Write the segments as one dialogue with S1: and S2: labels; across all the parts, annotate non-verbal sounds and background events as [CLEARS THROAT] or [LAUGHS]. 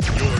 S1: You're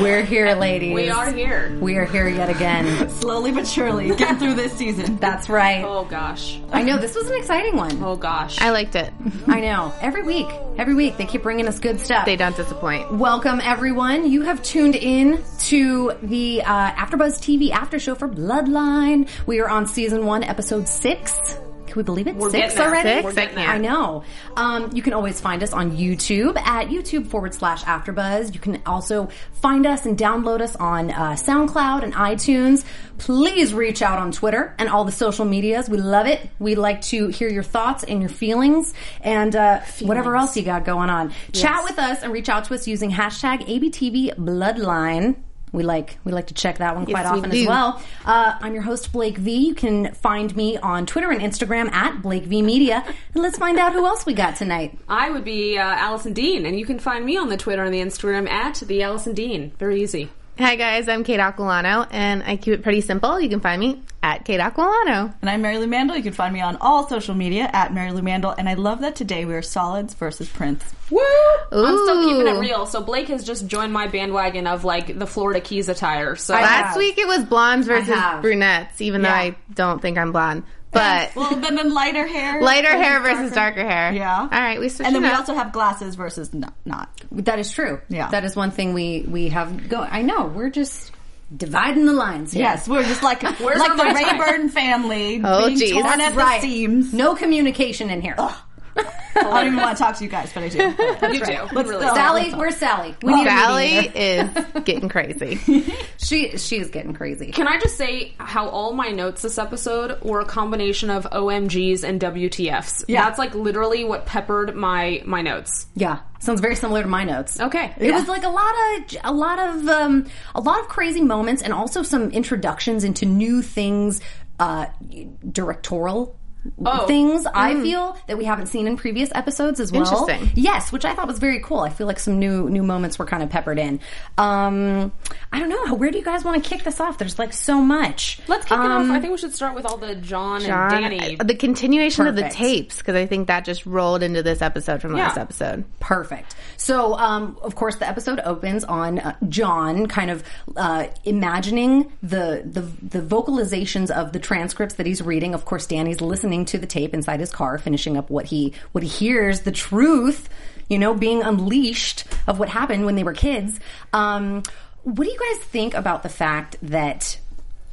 S2: We're here, ladies.
S3: We are here.
S2: We are here yet
S3: [LAUGHS]
S2: again.
S4: Slowly but surely, get through this season.
S2: That's right.
S3: Oh gosh.
S2: I know this was an exciting one.
S3: Oh gosh.
S5: I liked it.
S2: I know. Every week, every week they keep bringing us good stuff.
S5: They don't disappoint.
S2: Welcome everyone. You have tuned in to the uh, AfterBuzz TV after show for Bloodline. We are on season one, episode six. Can we believe it?
S3: We're
S2: six
S3: getting there.
S2: already.
S3: We're
S5: Six? I
S3: getting there.
S2: I know. Um, you can always find us on YouTube at YouTube forward slash AfterBuzz. You can also find us and download us on uh, SoundCloud and iTunes. Please reach out on Twitter and all the social medias. We love it. We like to hear your thoughts and your feelings and uh, whatever else you got going on. Chat with us and reach out to us using hashtag ABTV Bloodline. We like we like to check that one quite
S5: we
S2: often as
S5: do.
S2: well. Uh, I'm your host, Blake V. You can find me on Twitter and Instagram at Blake V Media. And let's find out who else we got tonight.
S3: I would be uh, Allison Dean, and you can find me on the Twitter and the Instagram at the Allison Dean. Very easy.
S5: Hi guys, I'm Kate Aquilano, and I keep it pretty simple. You can find me at Kate Aquilano.
S4: And I'm Mary Lou Mandel. You can find me on all social media at Mary Lou Mandel. And I love that today we are solids versus Prince.
S3: Woo! I'm still keeping it
S5: Ooh.
S3: real. So Blake has just joined my bandwagon of like the Florida Keys attire. So
S5: Last week it was blondes versus
S2: have.
S5: brunettes, even
S4: Yeah.
S5: though I don't think I'm blonde. But
S4: a little bit of lighter hair.
S5: lighter hair versus darker hair.
S4: Yeah.
S5: All right, we switched
S4: And then
S5: it
S4: we
S5: up.
S4: also have glasses versus no, not.
S2: That is true.
S4: Yeah.
S2: that is one thing we we have going. I know we're just dividing the lines. Here.
S4: Yes, we're just like like
S3: our
S4: the
S3: red tie?
S4: Rayburn family
S5: Oh,
S4: being
S5: geez.
S4: torn
S5: That's
S4: at
S2: right.
S4: the seams.
S2: No communication in here.
S4: I don't even want to talk to you guys, but I do.
S3: [LAUGHS] you do. Really.
S4: still-
S2: Sally, where's Sally? We need a
S5: Sally
S2: meeting here.
S5: is getting crazy.
S2: She she's getting crazy.
S3: Can I just say how all my notes this episode were a combination of OMGs and WTFs?
S4: Yeah.
S3: That's like literally what peppered my my notes.
S2: Yeah, sounds very similar to my notes.
S3: Okay.
S2: It was like a lot of a lot of um, a lot of crazy moments, and also some introductions into new things, uh, directorial.
S3: Oh.
S2: Things I feel that we haven't seen in previous episodes as well.
S5: Interesting.
S2: Yes, which I thought was very cool. I feel like some new new moments were kind of peppered in. Um, I don't know. Where do you guys want to kick this off? There's like so much.
S3: Let's kick it
S2: Um,
S3: off. I think we should start with all the John,
S5: John, uh,
S3: and Danny.
S5: the continuation of
S2: Perfect.
S5: the tapes because I think that just rolled into this episode from last episode.
S2: Perfect. So, um, of course, the episode opens on uh, John kind of uh, imagining the, the the vocalizations of the transcripts that he's reading. Of course, Danny's listening to the tape inside his car, finishing up what he what he hears, the truth, you know, being unleashed of what happened when they were kids. Um, what do you guys think about the fact that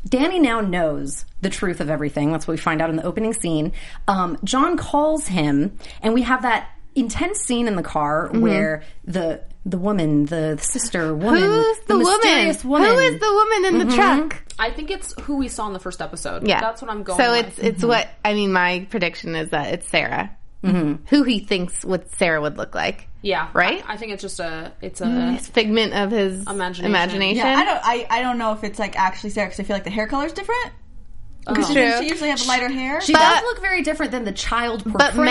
S2: Danny now knows the truth of everything. That's what we find out in the opening scene. Um, John calls him, and we have that intense scene in the car
S5: Mm-hmm.
S2: where the the woman, the, sister woman,
S5: Who's the, woman?
S2: mysterious woman,
S5: Who is the woman in the truck?
S3: I think it's who we saw in the first episode.
S5: Yeah,
S3: That's what I'm going
S5: So
S3: with. Mm-hmm.
S5: it's it's what I mean. My prediction is that it's Sarah,
S3: Mm-hmm.
S5: who he thinks what Sarah would look like.
S3: Yeah.
S5: Right? Mm,
S3: I, I think it's just a it's a
S5: It's figment of his
S3: Imagination.
S5: imagination.
S4: Yeah, I don't. I, I don't know if it's like actually Sarah because I feel like the hair color's different.
S2: Oh.
S5: It's
S4: Doesn't She
S5: true.
S4: usually has lighter hair.
S2: she
S5: But-
S2: does look very different than the child.
S5: But
S2: portraying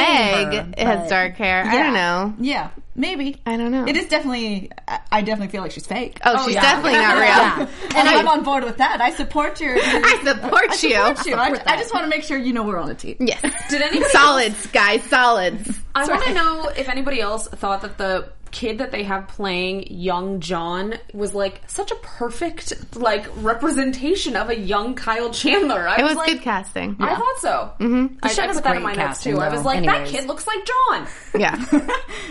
S5: Meg
S2: her,
S5: has
S2: but-
S5: dark hair. I don't know.
S4: yeah, maybe.
S5: I don't know.
S4: It is definitely. I- I definitely feel like she's fake.
S5: Oh, she's
S2: yeah.
S5: definitely not real.
S2: Yeah.
S4: [LAUGHS] and I'm on board with that. I support your. your
S5: [LAUGHS] I support you.
S4: support you. I, I just want to make sure you know we're on a team. [LAUGHS]
S5: Yes.
S3: Did anybody
S5: solids, guys? Solids.
S3: I want to know if anybody else thought that the kid that they have playing young John was like such a perfect like representation of a young Kyle Chandler. I
S5: It was
S3: like,
S5: good casting.
S3: I thought so. Mm-hmm. I,
S2: show
S3: I
S2: was
S3: put that
S2: great
S3: in my notes
S2: casting,
S3: too. I
S2: though.
S3: was like,
S2: Anyways.
S3: that kid looks like John.
S5: Yeah.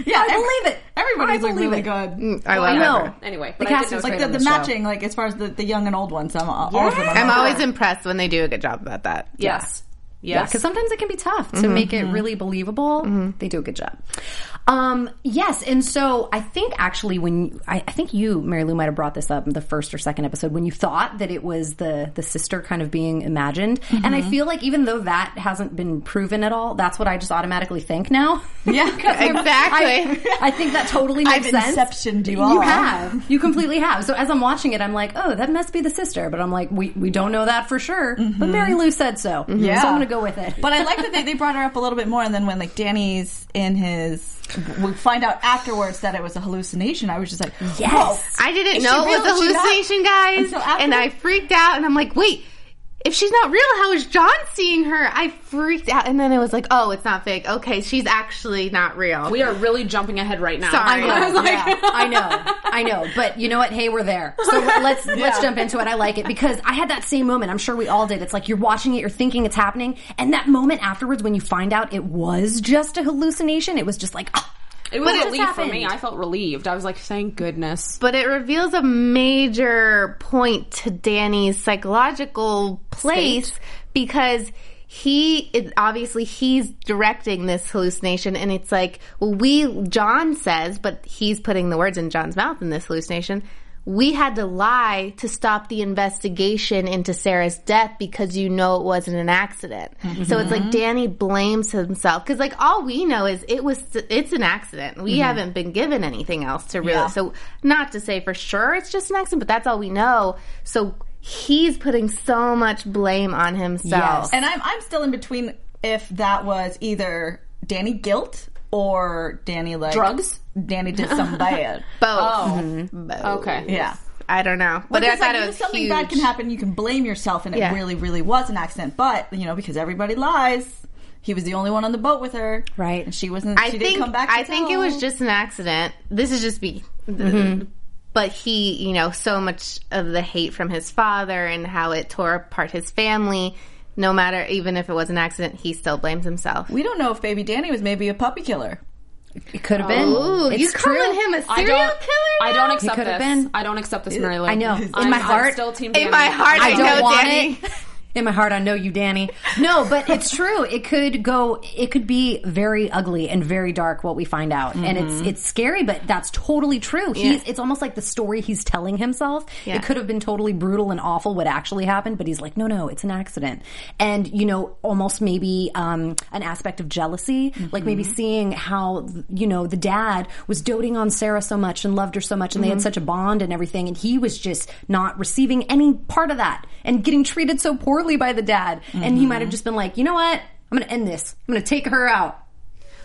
S4: Yeah, I
S2: believe it.
S4: Everybody's
S2: I
S4: like
S2: believe
S4: really
S2: it.
S4: good.
S3: [LAUGHS]
S5: I love
S2: I know.
S5: her.
S3: Anyway,
S2: The
S3: but I did
S2: casting was
S3: notice
S4: Like
S2: great
S4: the,
S2: on
S4: the
S2: show.
S4: matching, like as far as the, the young and old ones, I'm all, all of them.
S5: I'm
S4: all-
S5: always impressed when they do a good job about that.
S3: Yes. Yes.
S2: because sometimes it can be tough to
S4: Mm-hmm,
S2: make it really believable. They do a good job. Um, yes, and so I think actually when I, I think you, Mary Lou, might have brought this up in the first or second episode when you thought that it was the the sister kind of being imagined, and I
S4: Mm-hmm.
S2: feel like even though that hasn't been proven at all, that's what I just automatically think now. [LAUGHS]
S4: Yeah,
S5: Exactly.
S2: I, I think that totally makes
S4: I've
S2: sense.
S4: inceptioned you all.
S2: have. You completely have. So as I'm watching it, I'm like, oh, that must be the sister. But I'm like, we, we don't know that for sure.
S4: Mm-hmm.
S2: But Mary Lou said so.
S4: Yeah.
S2: So I'm going to go with it. [LAUGHS]
S4: But I like that they, they brought her up a little bit more, and then when like Danny's in his, we find out afterwards that it was a hallucination. I was just like,
S2: Yes.
S4: whoa.
S5: I didn't
S4: Is
S5: know
S4: she
S5: it was
S4: real?
S5: a
S4: Is she not?
S5: hallucination, guys.
S4: And
S5: And,
S4: so after-
S5: I freaked out and I'm like, wait, if she's not real, how is John seeing her? I freaked out. And then it was like, oh, it's not fake. Okay, she's actually not real.
S3: We are really jumping ahead right now.
S5: Sorry.
S3: I was
S5: [LAUGHS]
S3: like,
S2: yeah, I know, I know. But you know what? Hey, we're there. So
S5: [LAUGHS]
S2: let's let's jump into it. I like it because I had that same moment. I'm sure we all did. It's like you're watching it, you're thinking it's happening, and that moment afterwards when you find out it was just a hallucination, it was just like, [GASPS] ah,
S3: it
S2: what
S3: was
S2: just
S3: a relief for me.
S2: happened?
S3: I felt relieved. I was like, thank goodness.
S5: but it reveals a major point to Danny's psychological place because he is obviously he's directing this hallucination and it's like well we John says but he's putting the words in John's mouth in this hallucination we had to lie to stop the investigation into Sarah's death because you know it wasn't an accident. So it's like Danny blames himself because like all we know is it was it's an accident. We haven't been given anything else to really. So not to say for sure it's just an accident, but that's all we know. So he's putting so much blame on himself.
S4: And I'm I'm still in between if that was either Danny guilt or Danny like
S3: Drugs?
S4: Danny did
S5: [LAUGHS]
S4: something bad. Oh,
S5: Both.
S3: Okay.
S4: Yeah.
S5: I don't know, but I
S4: Because,
S5: thought
S4: like,
S5: it
S4: if
S5: was
S4: something
S5: huge.
S4: bad can happen, you can blame yourself, and it
S5: Yeah.
S4: really, really was an accident. But you know, because everybody lies, he was the only one on the boat with her,
S2: Right.
S4: And she wasn't.
S5: I
S4: she
S5: think
S4: didn't come back. to
S5: I
S4: Mm-hmm.
S5: think it
S4: tell.
S5: was just an accident. This is just me. Mm-hmm. But he, you know, so much of the hate from his father and how it tore apart his family. No matter, even if it was an accident, he still blames himself.
S4: We don't know if baby Danny was maybe a puppy killer.
S2: it could have been.
S5: Ooh,
S2: It's
S5: you
S2: true.
S5: calling him a
S3: I
S5: serial
S3: don't.
S5: killer?
S3: I don't
S5: now?
S3: accept
S2: could've
S3: this.
S2: been.
S3: I don't accept this, Mary Lou.
S2: I know. In
S3: I'm-
S2: my
S3: I'm
S2: heart-
S3: still team.
S5: In
S3: Danny.
S5: my heart, I,
S2: I don't
S5: know
S2: want
S5: Danny.
S2: it. In my heart, I know you, Danny. No, but it's true. It could go. It could be very ugly and very dark. What we find out, and
S5: Mm-hmm.
S2: it's it's scary, but that's totally true. He's. It's almost like the story he's telling himself.
S5: Yeah.
S2: It could have been totally brutal and awful what actually happened, but he's like, no, no, it's an accident. And you know, almost maybe um, an aspect of jealousy, like maybe seeing how you know the dad was doting on Sarah so much and loved her so much, and they had such a bond and everything, and he was just not receiving any part of that and getting treated so poorly by the dad, and he might have just been like, you know what, I'm going to end this. I'm going to take her out.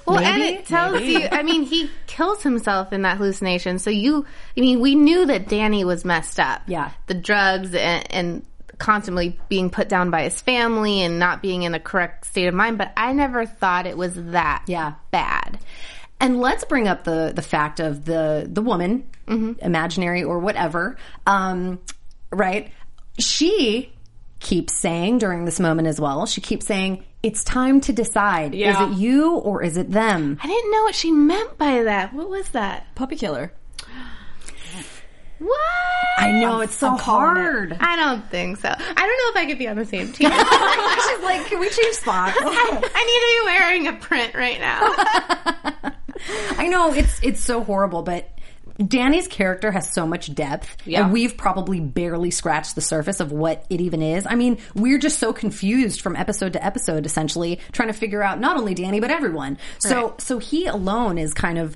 S5: Well, and
S2: Maybe,
S5: it tells you. I mean, he kills himself in that hallucination. So you, I mean, we knew that Danny was messed up.
S2: Yeah.
S5: the drugs and, and constantly being put down by his family and not being in the correct state of mind. But I never thought it was that.
S2: Yeah.
S5: bad.
S2: And let's bring up the the fact of the the woman, imaginary or whatever, um, right? She keeps saying during this moment as well. She keeps saying, "It's time to decide.
S3: Yeah.
S2: Is it you or is it them?"
S5: I didn't know what she meant by that. What was that?
S4: Puppy killer.
S5: What?
S2: I know it's so hard.
S5: I don't think so. I don't know if I could be on the same team. [LAUGHS]
S2: She's like, "Can we change spots?" [LAUGHS]
S5: I need to be wearing a print right now.
S2: I know it's it's so horrible, but Danny's character has so much depth,
S3: Yeah.
S2: and we've probably barely scratched the surface of what it even is. I mean, we're just so confused from episode to episode, essentially trying to figure out not only Danny but everyone. So, so he alone is kind of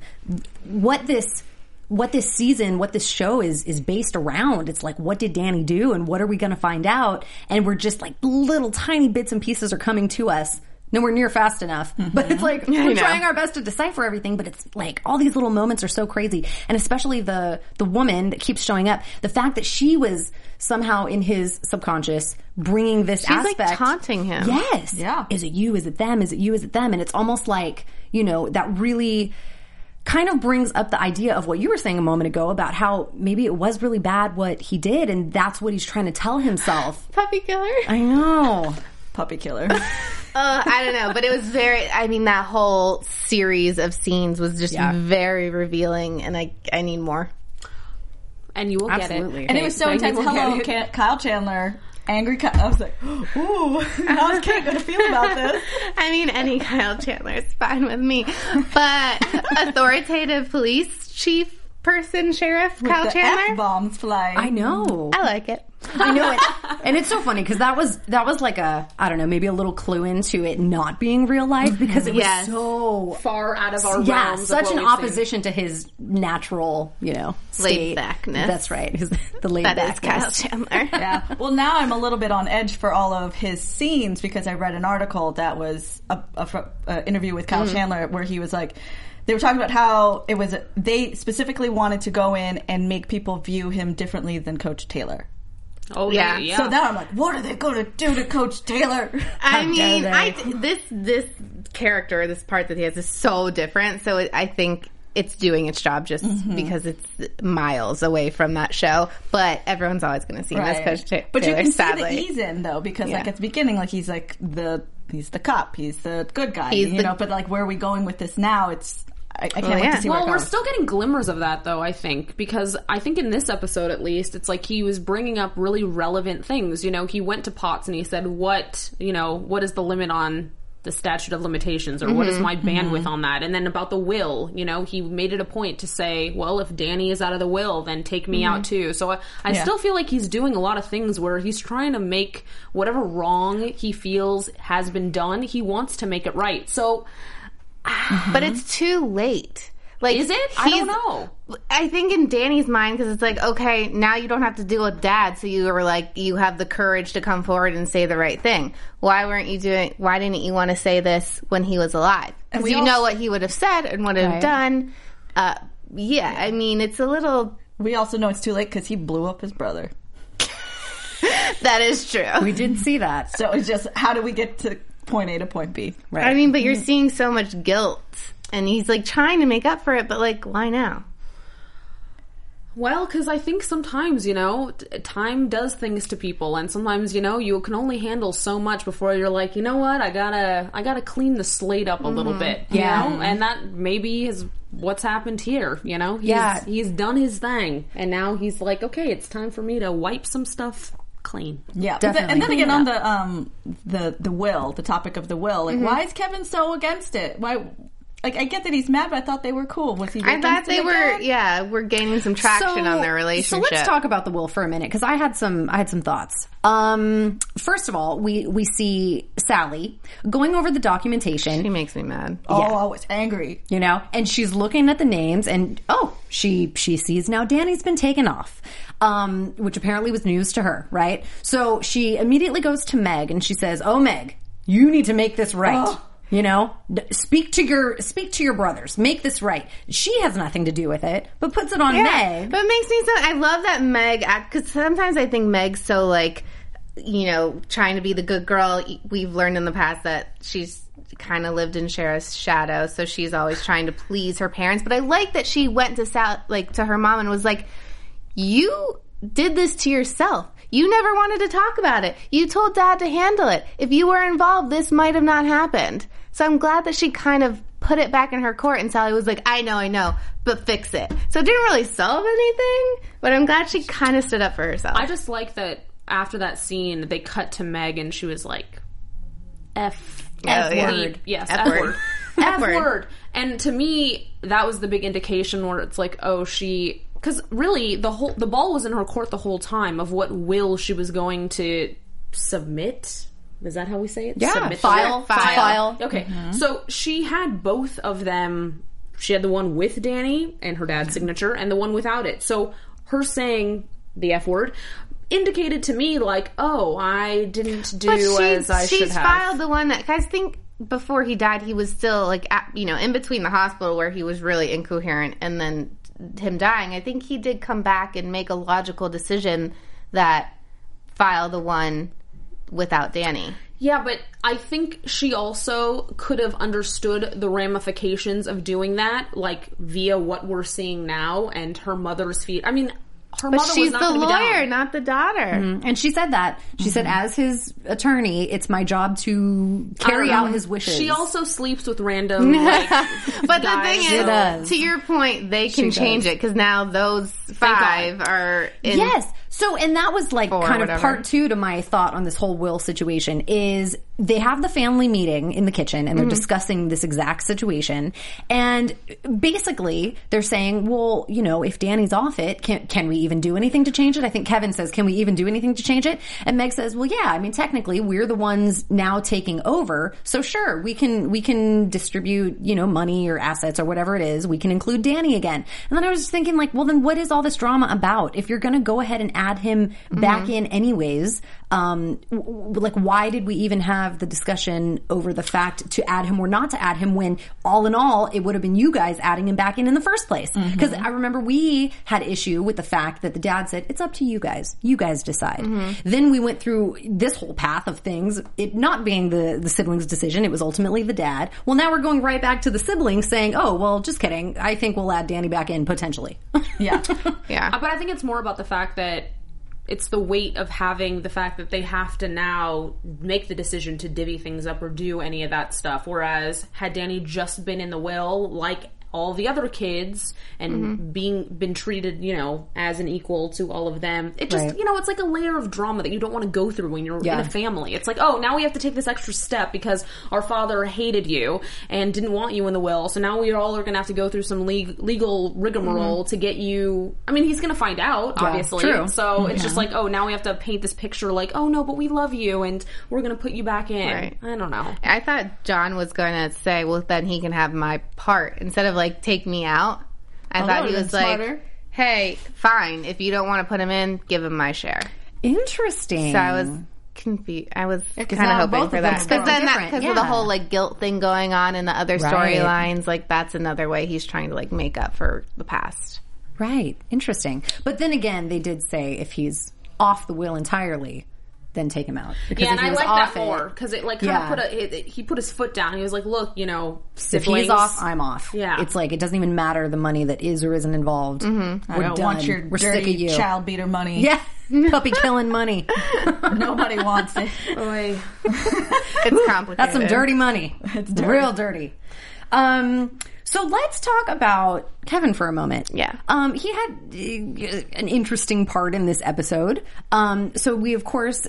S2: what this. What this season, what this show is is based around. It's like, what did Danny do, and what are we going to find out? And we're just like little tiny bits and pieces are coming to us. Nowhere near fast enough, [LAUGHS] but it's like
S5: [LAUGHS]
S2: we're
S5: Mm-hmm. know.
S2: trying our our best to decipher everything, but it's like all these little moments are so crazy. And especially the, the woman that keeps showing up, the fact that she was somehow in his subconscious bringing this
S5: She's, like,
S2: aspect.
S5: taunting him.
S2: Yes.
S4: Yeah.
S2: Is it you? Is it them? Is it you? Is it them? And it's almost like, you know, that really kind of brings up the idea of what you were saying a moment ago about how maybe it was really bad what he did and that's what he's trying to tell himself.
S5: Puppy killer.
S2: I know.
S4: Puppy
S5: [LAUGHS]
S4: killer.
S5: Uh, I don't know, but it was very. I mean, that whole series of scenes was just
S2: Yeah.
S5: very revealing, and I I need more.
S3: and you will
S2: Absolutely.
S3: get it.
S4: and it was so
S3: Thank you.
S4: intense.
S3: We'll get
S4: Hello, Ka-
S3: it.
S4: Kyle Chandler angry Kyle. I was like, [GASPS] ooh, [LAUGHS] how's Kate going to feel about this?
S5: I mean, any Kyle Chandler is fine with me. But authoritative police chief person, sheriff Kyle
S4: the
S5: Chandler,
S4: F bombs flying.
S2: I know.
S5: I like it.
S2: I know it, and it's so funny because that was that was like a I don't know maybe a little clue into it not being real life because it was
S5: Yes.
S2: so
S3: far out of our
S2: yeah
S3: realms. of
S2: such
S3: what
S2: an
S3: we've seen.
S2: opposition to his natural you know state.
S5: Laid-backness.
S2: That's right, his the laid
S5: That is Kyle
S2: backness.
S5: Chandler.
S4: yeah. Well, now I'm a little bit on edge for all of his scenes because I read an article that was a, a fr- a interview with
S5: Mm-hmm.
S4: Kyle Chandler where he was like, they were talking about how it was they specifically wanted to go in and make people view him differently than Coach Taylor.
S3: Oh
S5: Yeah.
S3: yeah. yeah.
S4: So now I'm like, what are they going to do to Coach Taylor?
S5: [LAUGHS] I mean,
S2: they?
S5: I this this character, this part that he has is so different. So it, I think it's doing its job just because it's miles away from that show. But everyone's always going to see him as Coach Ta-
S4: But you
S5: Taylor,
S4: can
S5: sadly.
S4: see the ease in though, because like
S5: Yeah.
S4: at the beginning, like he's like the he's the cop, he's the good guy,
S5: He's
S4: you
S5: the-
S4: know. But like, where are we going with this now? It's I, I can't wait
S5: yeah.
S4: to see
S3: well,
S4: where it
S3: we're
S4: goes.
S3: still getting glimmers of that, though, I think, because I think in this episode at least, it's like he was bringing up really relevant things. You know, he went to Potts and he said, What, you know, what is the limit on the statute of limitations or what is my bandwidth on that? And then about the will, you know, he made it a point to say, Well, if Danny is out of the will, then take me out too. So I, I still feel like he's doing a lot of things where he's trying to make whatever wrong he feels has been done, he wants to make it right. So
S5: but it's too late. Like,
S3: is it? I don't
S5: he's-
S3: know.
S5: I think in Danny's mind, because it's like, okay, now you don't have to deal with dad, so you were like, you have the courage to come forward and say the right thing. Why weren't you doing? Why didn't you want to say this when he was alive? Because
S4: we
S5: you
S4: all-
S5: know what he would have said and would have done. Uh, yeah, I mean, it's a little.
S4: We also know it's too late because he blew up his brother.
S5: That is true.
S2: We did see that.
S4: So it's just how do we get to point A to point B?
S2: Right.
S5: I mean, but you're seeing so much guilt, and he's like trying to make up for it, but like, why now?
S3: Well, because I think sometimes, you know, t- time does things to people, and sometimes, you know, you can only handle so much before you're like, you know what, I gotta, I gotta clean the slate up a little bit, you
S2: Mm-hmm. Yeah.
S3: know, and that maybe is what's happened here, you know. He's,
S2: Yeah.
S3: he's done his thing, and now he's like, okay, it's time for me to wipe some stuff clean.
S4: Yeah, but then- and then
S2: Definitely.
S4: again on the um the the will, the topic of the will.
S2: Mm-hmm.
S4: Like, why is Kevin so against it? Why? Like, I get that he's mad, but I thought they were cool. Was he?
S5: I
S4: against
S5: thought
S4: it
S5: they were,
S4: again?
S5: yeah, we're gaining some traction on their relationship.
S2: So let's talk about the will for a minute because I had some I had some thoughts. Um, first of all, we we see Sally going over the documentation.
S5: He makes me mad.
S4: Oh, I was angry.
S2: [LAUGHS] you know and she's looking at the names and oh she she sees now danny's been taken off um which apparently was news to her right so she immediately goes to meg and she says oh meg you need to make this right
S5: Oh.
S2: you know D- speak to your speak to your brothers make this right she has nothing to do with it but puts it on meg
S5: But it makes me so. I love that Meg because sometimes I think Meg's so like, you know, trying to be the good girl. We've learned in the past that she's kind of lived in Shara's shadow, so she's always trying to please her parents. But I like that she went to Sal, like to her mom and was like, "You did this to yourself." You never wanted to talk about it. You told dad to handle it. If you were involved, this might have not happened. So I'm glad that she kind of put it back in her court and Sally was like, I know, I know, but fix it. So it didn't really solve anything, but I'm glad she kind of stood up for herself.
S3: I just like that after that scene, they cut to Meg, and she was like, "F."
S5: yeah.
S3: Oh, F word. Yes, F,
S5: F-word.
S3: [LAUGHS] word. F
S5: F-word.
S3: word. And to me, that was the big indication where it's like, oh, she. Because really, the whole the ball was in her court the whole time of what will she was going to submit. Is that how we say it?
S2: Yeah.
S3: Submit the
S2: File,
S3: will?
S5: file.
S2: File.
S3: Okay.
S5: Mm-hmm.
S3: So she had both of them. She had the one with Danny and her dad's signature, and the one without it. So her saying the F word indicated to me like, oh, I didn't do
S5: but she,
S3: as I
S5: she's
S3: should have.
S5: filed the one that guys think before he died, he was still like, at, you know, in between the hospital where he was really incoherent and then him dying. I think he did come back and make a logical decision that file the one without Danny.
S3: Yeah, but I think she also could have understood the ramifications of doing that, like via what we're seeing now and her mother's feet. I mean, her
S5: But
S3: mother was
S5: she's
S3: not
S5: the
S3: gonna be down.
S5: lawyer, not the daughter.
S2: and she said that she said
S3: Mm-hmm.
S2: as his attorney it's my job to carry out his wishes
S3: She also sleeps with
S5: [LAUGHS]
S3: random. Like,
S5: But the
S3: guys,
S5: thing
S3: so-
S5: is,
S2: does.
S5: to your point, they can change it because now those five are in
S2: Yes. So, and that was like
S5: Or
S2: kind
S5: whatever.
S2: of part two to my thought on this whole will situation is they have the family meeting in the kitchen
S5: Mm-hmm.
S2: and they're discussing this exact situation. And basically they're saying, well, you know, if Danny's off it, can, can we even do anything to change it? I think Kevin says, can we even do anything to change it? And Meg says, well, yeah, I mean, technically we're the ones now taking over. So sure, we can, we can distribute, you know, money or assets or whatever it is. We can include Danny again. And then I was just thinking like, well, then what is all this drama about? If you're going to go ahead and add him back in anyways, um, w- w- like why did we even have the discussion over the fact to add him or not to add him when all in all, it would have been you guys adding him back in in the first place? Because I remember we had issue with the fact that the dad said, it's up to you guys. You guys decide. Then we went through this whole path of things, it not being the, the siblings decision. It was ultimately the dad. Well, now we're going right back to the siblings saying, oh, well, just kidding. I think we'll add Danny back in potentially. [LAUGHS]
S4: Yeah.
S5: Yeah.
S3: Uh, But I think it's more about the fact that it's the weight of having the fact that they have to now make the decision to divvy things up or do any of that stuff. Whereas had Danny just been in the will, like all the other kids and being been treated, you know, as an equal to all of them. It just,
S2: Right.
S3: you know, it's like a layer of drama that you don't want to go through when you're in
S2: Yeah.
S3: a family. It's like, oh, now we have to take this extra step because our father hated you and didn't want you in the will. So now we all are going to have to go through some leg- legal rigmarole to get you. I mean, he's going to find out, obviously.
S2: Mm-hmm. true.
S3: So it's just like, oh, now we have to paint this picture like, oh no, but we love you and we're going to put you back in.
S5: Right.
S3: I don't know.
S5: I thought John was going to say, well, then he can have my part instead of like take me out. I
S4: Oh, that
S5: thought he
S4: would've
S5: was
S4: been
S5: like,
S4: smarter.
S5: hey, fine. If you don't want to put him in, give him my share.
S2: Interesting.
S5: So I was
S4: Mm.
S5: confused. I was kind
S4: now
S5: of hoping
S4: both
S5: for
S4: of
S5: that
S4: them's
S5: because
S4: going
S5: then that
S2: different,
S5: because of the
S2: yeah.
S5: whole like guilt thing going on and the other
S2: Right.
S5: storylines. Like that's another way he's trying to like make up for the past.
S2: Right. Interesting. But then again, they did say if he's off the wheel entirely, then take him out. Because
S3: Yeah,
S2: if
S3: and
S2: he
S3: I
S2: was
S3: like that
S2: off it,
S3: more because it like kind
S2: Yeah.
S3: of put a it, it- he put his foot down. He was like, look, you know,
S2: If
S3: siblings.
S2: he's off, I'm off.
S3: Yeah.
S2: It's like it doesn't even matter the money that is or isn't involved.
S3: Mm-hmm.
S2: We're
S4: I don't
S2: done.
S4: want your
S2: We're
S4: dirty
S2: sick of you.
S4: child beater money.
S2: [LAUGHS] Yeah. Puppy killing
S3: [LAUGHS]
S2: money.
S4: [LAUGHS] Nobody wants
S2: [LAUGHS]
S4: it.
S3: Oy.
S5: It's complicated.
S2: That's some dirty money. It's real dirty. Um, so let's talk about Kevin for a moment.
S5: Yeah.
S2: Um, he had uh, an interesting part in this episode. Um, so we of course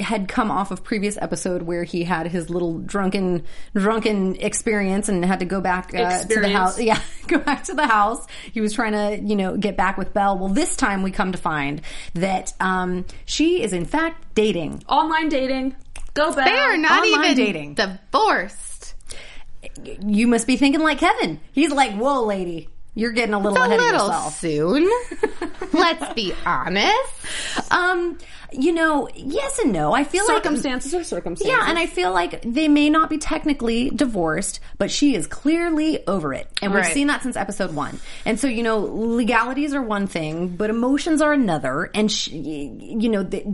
S2: had come off of previous episode where he had his little drunken drunken experience and had to go back uh, to the
S3: Experience.
S2: house yeah, [LAUGHS] go back to the house. He was trying to, you know, get back with Belle. Well, this time we come to find that um, she is in fact dating.
S3: online dating. Go back.
S5: They are not
S2: Online
S5: even
S2: dating.
S5: divorced.
S2: you must be thinking like Kevin. He's like, whoa, lady, you're getting a little
S5: It's a
S2: ahead of
S5: little
S2: yourself. [LAUGHS]
S5: soon. Let's be honest.
S2: Um, you know, yes and no. I feel like
S3: circumstances are circumstances.
S2: yeah, and I feel like they may not be technically divorced, but she is clearly over it, and we've
S5: Right.
S2: seen that since episode one. And so, you know, legalities are one thing, but emotions are another. And she, you know, the,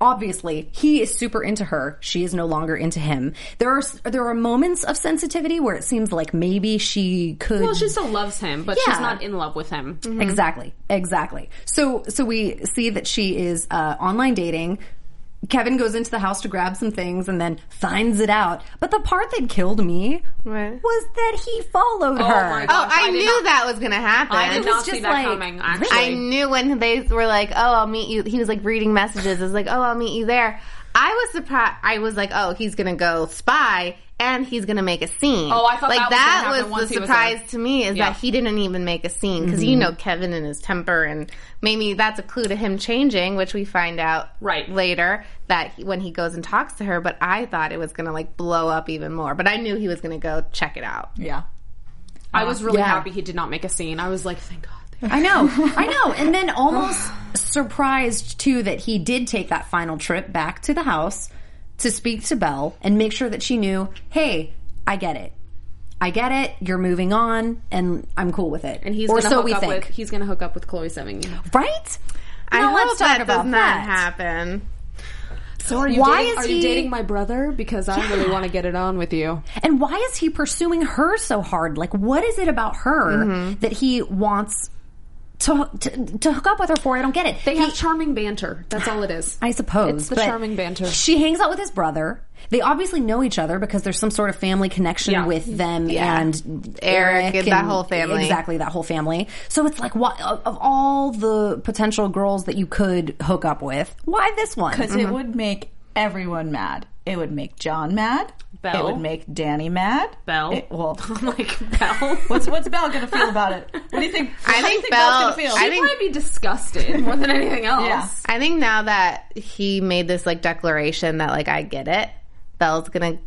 S2: obviously, he is super into her. She is no longer into him. There are s- there are moments of sensitivity where it seems like maybe she could.
S3: Well, she still loves him, but
S2: Yeah. Mm-hmm.
S3: she's not in love with him.
S2: Exactly. Exactly. So so we see that she is uh, online dating. Kevin goes into the house to grab some things and then finds it out. But the part that killed me
S5: What?
S2: was that he followed her.
S3: my
S5: Oh,
S3: God.
S5: I,
S3: I did
S5: knew
S3: not-
S5: that was going to happen.
S3: I did
S2: was
S3: not see
S2: just
S3: that
S2: like-
S3: coming. Actually,
S5: I knew when they were like, "Oh, I'll meet you." He was like reading messages. I was like, "Oh, I'll meet you there." I was surprised. I was like, "Oh, he's gonna go spy and he's gonna make a scene."
S3: Oh, I thought
S5: like
S3: that was gonna happen once
S5: the
S3: he was
S5: surprise
S3: there.
S5: to me is
S3: Yeah. Mm-hmm.
S5: that he didn't even make a scene because you know Kevin and his temper, and maybe that's a clue to him changing, which we find out
S3: Right.
S5: later that he, when he goes and talks to her. But I thought it was gonna like blow up even more. But I knew he was gonna go check it out.
S4: Yeah.
S3: I was really
S2: Yeah.
S3: happy he did not make a scene. I was like, thank God.
S2: I know. I know. And then almost surprised too that he did take that final trip back to the house to speak to Belle and make sure that she knew, "Hey, I get it. I get it. You're moving on and I'm cool with it."
S3: And he's
S2: or
S3: gonna
S2: so
S3: hook
S2: we
S3: up
S2: think.
S3: with he's gonna hook up with Chloe Sevigny.
S2: Right?
S5: I
S2: Now
S5: hope
S2: let's talk
S5: that
S2: about
S5: does
S2: that.
S5: not happen.
S3: So are you
S2: Why
S3: dating,
S2: is
S3: are
S2: he-
S3: you dating my brother? Because I really want to get it on with you.
S2: And why is
S5: Mm-hmm.
S2: he pursuing her so hard? Like, what is it about her that he wants to, to to hook up with her for. I don't get it.
S3: They have charming banter. That's all it [SIGHS] is.
S2: I suppose
S3: It's the
S2: but
S3: charming banter.
S2: She hangs out with his brother. They obviously know each other because there's some sort of family connection
S3: Yeah.
S2: with them
S5: Yeah.
S2: and
S5: Eric and that whole family.
S2: Exactly that whole family. So it's like, what of of all the potential girls that you could hook up with, why this one?
S4: because it would make everyone mad. It would make John mad.
S3: Belle.
S4: It would make Danny mad.
S3: Belle.
S4: It- well,
S3: like Belle.
S4: what's what's Belle gonna feel about it? What do you think? how do you
S5: think
S4: Belle's
S5: Belle-
S4: gonna feel.
S5: I
S3: She'd
S5: think-
S3: probably be disgusted more than anything else.
S4: Yeah.
S5: I think now that he made this like declaration that like I get it, Belle's gonna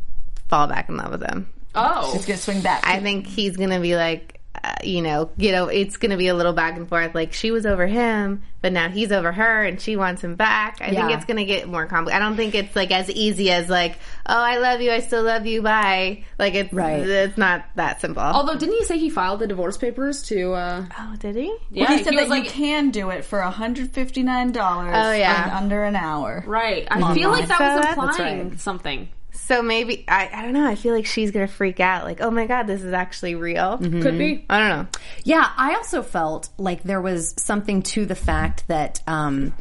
S5: fall back in love with him.
S3: Oh.
S4: She's gonna swing back.
S5: I think he's gonna be like, uh, you know, you know, it's gonna be a little back and forth. Like she was over him, but now he's over her, and she wants him back. I
S2: Yeah.
S5: think it's gonna get more complicated. I don't think it's like as easy as like, oh, I love you, I still love you, bye. Like it's
S2: Right. Oh,
S5: it's not that simple.
S3: Although, didn't he say he filed the divorce papers to? uh
S5: oh, did he?
S3: Yeah,
S4: he said
S3: was
S4: that you can do it for $159
S5: Oh, yeah.
S4: in under an hour.
S3: Right. I feel like that
S5: So
S3: was
S5: that's- that's
S3: implying something.
S5: So maybe I, I don't know. I feel like she's gonna freak out. Like, oh my god, this is actually real.
S2: Mm-hmm.
S3: Could be.
S5: I don't know.
S2: Yeah, I also felt like there was something to the fact that um,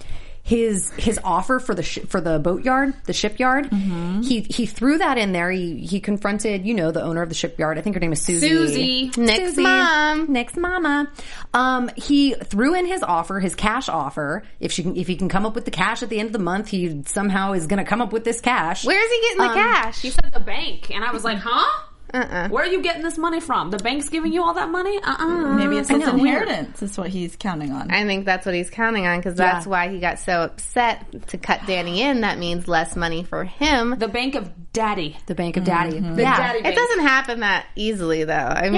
S2: his his offer for the sh- for the boatyard, the shipyard,
S5: Mm-hmm.
S2: he he threw that in there. He he confronted, you know, the owner of the shipyard. I think her name is Susie.
S3: Susie.
S5: Nick's
S2: Susie.
S5: mom.
S2: Nick's mama. Um, he threw in his offer, his cash offer. If she can, if he can come up with the cash at the end of the month, he somehow is going to come up with this cash.
S5: Where is he getting
S2: Um,
S5: the cash?
S3: She said the bank, and I was like, huh? Uh-uh. Where are you getting this money from? The bank's giving you all that money? Uh-uh.
S4: Maybe it's his inheritance is what he's counting on.
S5: I think that's what he's counting on because that's why he got so upset to cut Danny in. That means less money for him.
S3: The bank of daddy.
S2: the bank of daddy.
S5: Mm-hmm.
S2: Yeah.
S3: Daddy
S5: It
S3: bank.
S5: doesn't happen that easily, though. I mean,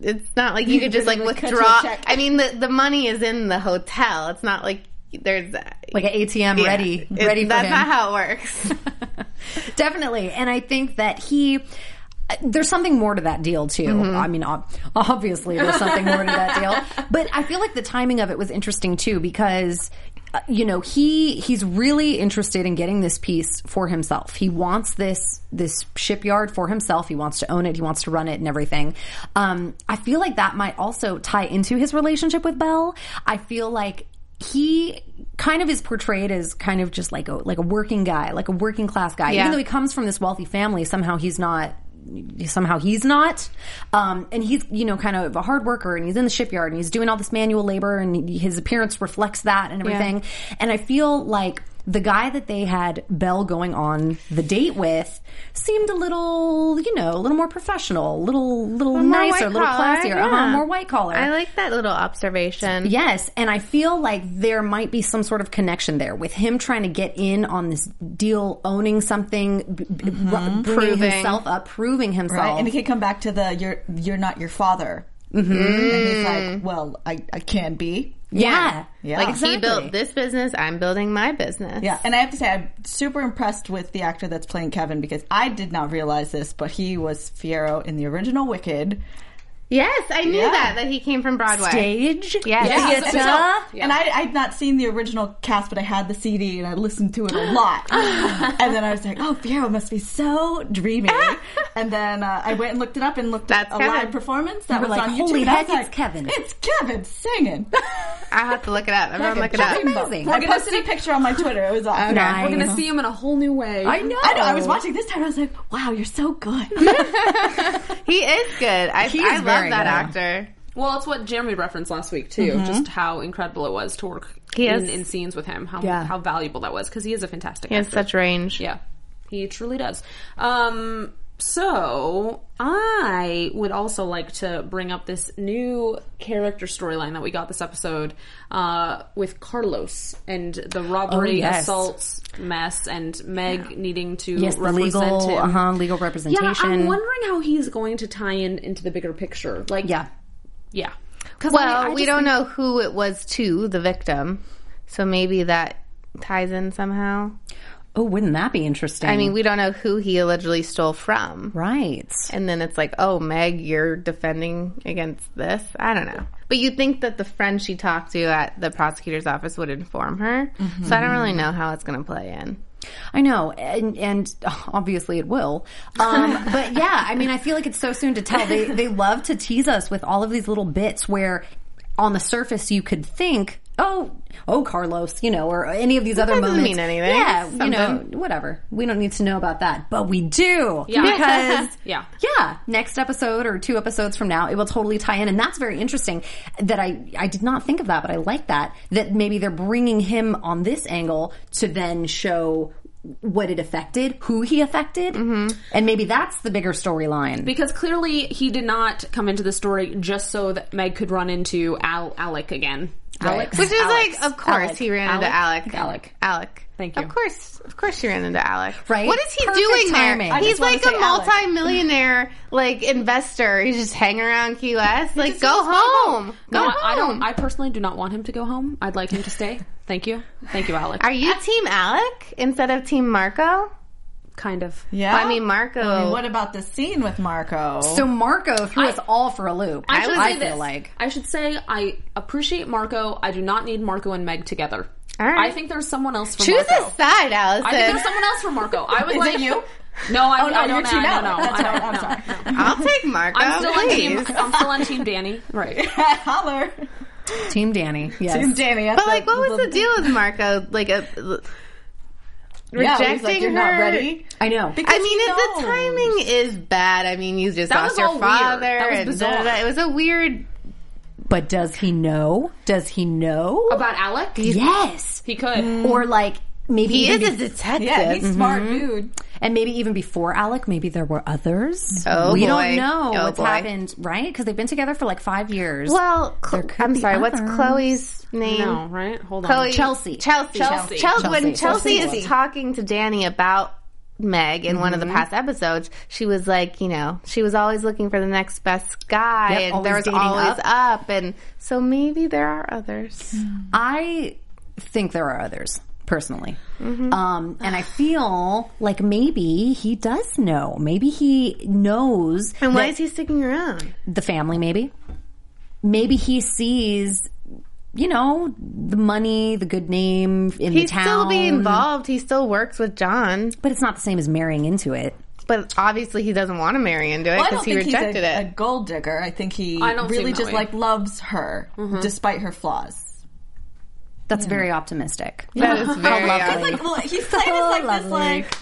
S2: Yeah.
S5: it's not like you, could just like
S4: cut you a
S5: withdraw.
S4: check.
S5: I mean, the the money is in the hotel. It's not like there's uh,
S2: Like an ATM
S5: yeah.
S2: ready,
S5: It-
S2: ready for
S5: That's
S2: him.
S5: not how it works.
S2: Definitely. And I think that he. There's something more to that deal too. I mean, ob- obviously there's something more to that deal, but I feel like the timing of it was interesting too because, uh, you know, he he's really interested in getting this piece for himself. He wants this this shipyard for himself. He wants to own it. He wants to run it and everything. Um, I feel like that might also tie into his relationship with Belle. I feel like he kind of is portrayed as kind of just like a like a working guy, like a working class guy.
S5: Yeah.
S2: Even though he comes from this wealthy family, somehow he's not. Somehow he's not, um, and he's you know kind of a hard worker, and he's in the shipyard, and he's doing all this manual labor, and his appearance reflects that and everything. And I feel like the guy that they had Belle going on the date with seemed a little, you know, a little more professional, a little, little,
S5: More
S2: nicer, a little
S5: white-collar,
S2: classier,
S5: yeah.
S2: uh-huh, more white collar.
S5: I like that little observation.
S2: Yes, and I feel like there might be some sort of connection there with him trying to get in on this deal, owning something, b- b- r- bringing
S5: Proving.
S2: himself up, proving himself.
S4: Right? And it could come back to the you're you're not your father. Mm-hmm. And he's like, well, I, I can be.
S2: yeah.
S4: Yeah.
S5: Like
S2: Exactly.
S5: he built this business, I'm building my business.
S4: Yeah, and I have to say, I'm super impressed with the actor that's playing Kevin because I did not realize this, but he was Fiero in the original Wicked.
S5: Yes, I knew
S4: Yeah.
S5: that that he came from Broadway.
S2: Stage.
S5: Yes.
S4: Yeah,
S5: Yes.
S4: so- so- And I, I'd not seen the original cast, but I had the CD and I listened to it a
S5: [LAUGHS]
S4: lot. and then I was like, oh, Fiero must be so
S5: [LAUGHS]
S4: dreamy. and then uh, I went and looked it up and looked
S5: That's
S4: at a
S5: Kevin.
S4: live performance that
S2: were
S4: was
S2: like,
S4: on
S2: "Holy
S4: YouTube. and I
S2: heck,
S4: was
S2: it's Kevin.
S4: It's Kevin
S2: [LAUGHS]
S4: singing.
S5: I'll have to look it up. Everyone look it
S2: That's
S5: up.
S2: amazing.
S4: I posted a picture on my Twitter. It was awesome.
S2: Nice.
S3: We're gonna see him in a whole new way.
S2: I
S5: Oh.
S2: know.
S4: I know. I was watching this time. I was like, wow, you're so
S5: [LAUGHS]
S4: good.
S5: He is good. I,
S2: He is
S5: I love
S2: very
S5: that
S2: good.
S5: actor.
S3: Well, that's what Jeremy referenced last week too. Just how incredible it was to work
S5: He is-
S3: in, in scenes with him. How
S2: Yeah.
S3: how valuable that was because he is a fantastic.
S5: He has
S3: actor.
S5: such range.
S3: Yeah, he truly does. Um, so I would also like to bring up this new character storyline that we got this episode uh, with Carlos and the robbery
S2: Oh, yes.
S3: assaults mess and Meg needing to
S2: Yes, the
S3: represent
S2: legal,
S3: him.
S2: uh-huh, legal
S3: Yeah,
S2: representation.
S3: I'm wondering how he's going to tie in into the bigger picture. Like,
S2: Yeah.
S3: yeah. 'Cause
S5: Well,
S3: I- I
S5: we
S3: just
S5: don't
S3: think-
S5: know who it was to the victim, so maybe that ties in somehow.
S2: Oh, wouldn't that be interesting?
S5: I mean, we don't know who he allegedly stole from,
S2: right.
S5: and then it's like, oh, Meg, you're defending against this. I don't know, but you think that the friend she talked to at the prosecutor's office would inform her, so I don't really know how it's going to play in.
S2: I know, and, and obviously it will.
S5: [LAUGHS]
S2: Um, but yeah, I mean, I feel like it's so soon to tell. They they love to tease us with all of these little bits where. on the surface you could think, oh, oh, Carlos, you know, or any of these other
S5: doesn't
S2: moments.
S5: mean anything.
S2: Yeah,
S5: It's
S2: you know,
S5: something.
S2: whatever. We don't need to know about that, but we do. Yeah. [LAUGHS] Because
S3: [LAUGHS] Yeah.
S2: yeah, next episode or two episodes from now, it will totally tie in, and that's very interesting. That I I did not think of that, but I like that. That maybe they're bringing him on this angle to then show what it affected, who he affected,
S3: Mm-hmm.
S2: and maybe that's the bigger storyline.
S3: Because clearly he did not come into the story just so that Meg could run into Al- Alec again. Alex.
S5: Which is
S2: Alex.
S5: like, of course,
S2: Alec.
S5: he ran into
S2: Alec.
S5: Alec.
S2: Alec.
S5: Alec.
S3: Thank you.
S5: Of course, of course, she ran into Alec.
S2: Right?
S5: What is he
S2: Perfect
S5: doing
S2: timing. I
S5: there? He's
S4: just wanna
S5: like a
S4: say Alec.
S5: multi-millionaire, [LAUGHS] like investor. He's just hanging around Key West. Like, go home. Go
S3: No,
S5: home.
S3: I don't. I personally do not want him to go home. I'd like him to stay. Thank you. Thank you, Alec.
S5: Are you Team Alec instead of Team Marco?
S3: kind of.
S4: Yeah.
S5: I mean, Marco.
S4: And what about the scene with Marco?
S2: so Marco threw us all for a loop.
S3: I should say
S2: feel
S3: this.
S2: like
S3: I should say I appreciate Marco. I do not need Marco and Meg together.
S5: All right.
S3: I think there's someone else for
S5: Choose
S3: Marco.
S5: a side, Allison.
S3: I think there's someone else for Marco. I would
S4: Is
S3: like
S4: it
S5: [LAUGHS]
S4: you?
S3: No, I,
S4: Oh, no,
S3: I don't
S4: you're
S3: know.
S4: too
S3: I don't
S4: now.
S3: know.
S4: That's
S3: I
S4: all right.
S3: don't
S4: I'm
S3: know.
S4: sorry.
S3: No.
S5: I'll take Marco.
S3: I'm still on
S5: please.
S3: team. I'm still on
S4: [LAUGHS]
S3: team Danny. Right.
S4: Holler.
S2: Team
S3: [LAUGHS]
S2: Danny. Yes.
S4: Team Danny.
S5: But like, what was the deal with Marco? Like a
S4: Yeah, he's
S5: rejecting
S4: like, you're
S5: her.
S4: not ready.
S2: I know.
S5: I
S4: Because
S5: mean,
S4: he
S5: if the
S4: knows.
S5: timing is bad, I mean, you just
S3: That
S5: lost
S3: was
S5: your
S3: all weird.
S5: father.
S3: That was
S5: and
S3: bizarre.
S5: da, da, da. It was a weird.
S2: But does he know? Does he know?
S3: About Alec,
S2: yes.
S3: he
S4: Mm.
S3: could.
S2: Or like maybe
S5: Mm. He
S2: even
S5: is a detective.
S4: Yeah, he's smart dude.
S2: And maybe even before Alec, maybe there were others.
S5: Oh,
S2: we
S5: boy.
S2: don't know
S5: Oh,
S2: what's
S5: boy.
S2: happened, right? Because they've been together for like five years.
S5: Well,
S2: There
S5: Cl-
S2: could
S5: I'm
S2: be
S5: sorry. What's
S2: others.
S5: Chloe's name?
S3: No, right? Hold on.
S5: Chloe
S2: Chelsea.
S5: Chelsea.
S3: Chelsea.
S5: Chelsea. When Chelsea, is talking to Danny about Meg in one of the past episodes, she was like, you know, she was always looking for the next best guy,
S2: Yep,
S5: and there
S2: always
S5: was
S2: dating
S5: always
S2: up.
S5: up. and so maybe there are others.
S2: I think there are others personally.
S5: Mm-hmm.
S2: Um, and I feel like maybe he does know. Maybe he knows
S5: And why is he sticking around?
S2: the family, maybe. Maybe he sees, you know, the money, the good name in the
S5: He'd
S2: town.
S5: still be involved. He still works with John,
S2: But it's not the same as marrying into it.
S5: but obviously he doesn't want to marry into it
S4: Well, I
S5: because
S4: don't
S5: he
S4: think
S5: rejected
S4: he's a,
S5: it.
S4: a gold digger. I think he
S3: I don't
S4: really
S3: seem that
S4: just
S3: way.
S4: like loves her despite her flaws.
S2: That's very optimistic.
S5: that is very. uh,
S2: lovely.
S5: odd.
S4: Like, well, [LAUGHS] he's kind of like this, like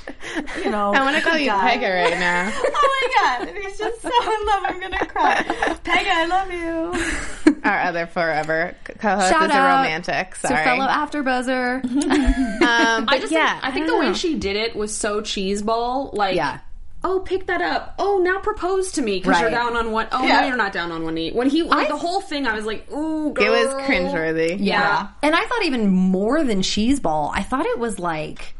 S4: you know.
S5: I want to call you
S4: guy.
S5: Pega right now.
S4: [LAUGHS] Oh my god, he's just so in love. I'm gonna cry. Pega, I love you.
S5: Our other forever co-host
S2: Shout
S5: is a
S2: out
S5: romantic. Sorry,
S2: To fellow after buzzer.
S3: Mm-hmm.
S5: um, but
S3: I just
S5: yeah,
S3: think, I think the way she did it was so cheeseball. Like,
S2: Yeah.
S3: oh, pick that up. Oh, now propose to me because you're
S2: Right.
S3: down on one. Oh,
S4: Yeah.
S3: no, you're not down on one knee. When he like the whole thing, I was like, ooh, girl.
S5: it was cringeworthy.
S3: Yeah.
S2: And I thought even more than cheese ball, I thought it was like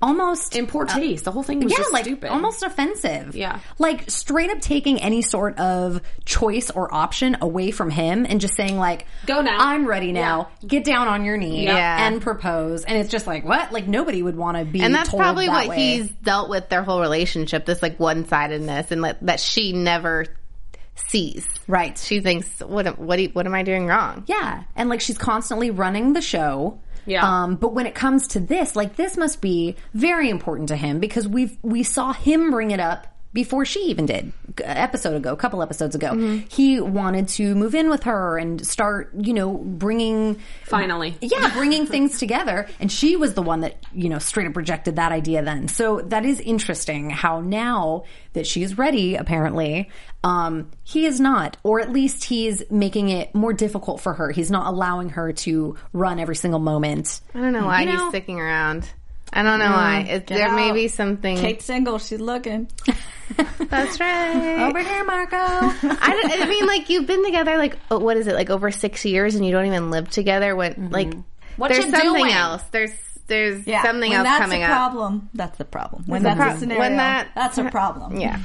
S2: almost
S3: In poor taste, the whole thing was
S2: yeah,
S3: just
S2: like
S3: stupid.
S2: almost offensive.
S3: Yeah.
S2: Like straight up taking any sort of choice or option away from him and just saying like
S3: Go now.
S2: I'm ready now. Get down on your knee
S5: Yeah.
S2: and propose. And it's just like what? Like nobody would want to be
S5: And that's
S2: told
S5: probably
S2: that
S5: what
S2: way.
S5: he's dealt with their whole relationship. This like one-sidedness, and like, that she never sees.
S2: Right.
S5: She thinks, "What? am- What? do you- What am I doing wrong?"
S2: Yeah, and like she's constantly running the show.
S3: Yeah.
S2: Um, but when it comes to this, like this must be very important to him because we've we saw him bring it up before she even did g- episode ago, a couple episodes ago. He wanted to move in with her and start, you know, bringing
S3: Finally.
S2: yeah, bringing things together. And she was the one that, you know, straight up rejected that idea then. So that is interesting how now that she is ready, apparently, um, he is not, or at least he's making it more difficult for her. He's not allowing her to run every single moment.
S5: I don't know why
S2: You know-
S5: he's sticking around. I don't know why. It,
S4: Get
S5: there may
S4: out.
S5: be something.
S4: Kate's single. She's
S5: [LAUGHS]
S4: looking.
S5: That's [LAUGHS] right.
S2: Over here, Marco.
S5: I, don't- I mean, like you've been together like oh, what is it like over six years, and you don't even live together. When
S2: Mm-hmm.
S5: like there's
S3: you
S5: something
S3: doing?
S5: else. There's there's
S4: Yeah,
S5: something
S4: when
S5: else
S4: that's
S5: coming
S4: a
S5: up.
S4: problem. That's the problem. When that's,
S5: prob-
S4: a scenario,
S5: when that-
S4: that's a problem.
S5: Yeah.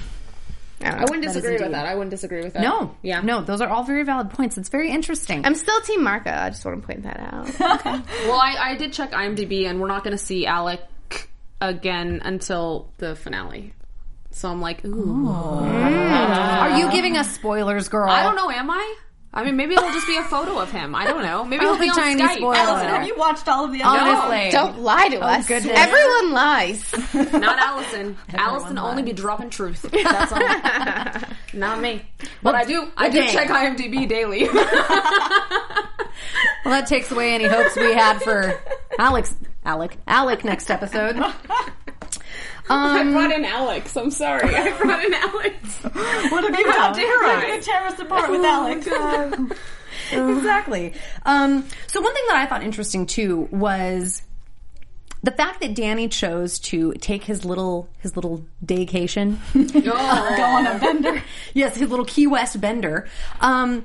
S5: I don't know.
S3: I wouldn't disagree with that. I wouldn't disagree with
S2: [LAUGHS]
S3: that.
S2: no,
S3: Yeah.
S2: no, those are all very valid points. It's very interesting.
S5: I'm still Team Marco. I just want to point that out.
S3: Well, I, I did check IMDb, and we're not going to see Alec again until the finale. So I'm like, ooh.
S2: are you giving us spoilers, girl?
S3: I don't know, am I? I mean, maybe it'll just be a photo of him. I don't know. Maybe he'll
S2: Oh,
S3: be on
S2: tiny
S3: Skype.
S2: spoiler.
S3: I don't
S5: Oh,
S4: Allison,
S3: know.
S4: have you watched all of the other?
S2: Honestly,
S5: Don't lie to us.
S2: goodness.
S5: Everyone lies. [LAUGHS]
S3: [LAUGHS] Not Allison. Allison only be dropping truth. That's all. Not me. But I do. I do
S2: okay.
S3: check IMDb [LAUGHS] daily.
S2: Well, that takes away any hopes we had for Alex, Alec, Alec next episode.
S3: I brought in Alex. I'm sorry. I [LAUGHS] brought in Alex.
S4: What a people
S3: how dare I?
S4: They're gonna tear us apart
S5: Oh
S4: with Alex. [LAUGHS]
S2: exactly. Um, so one thing that I found interesting too was the fact that Danny chose to take his little his little daycation. [LAUGHS]
S4: Go on a bender.
S2: yes, his little Key West bender. Um,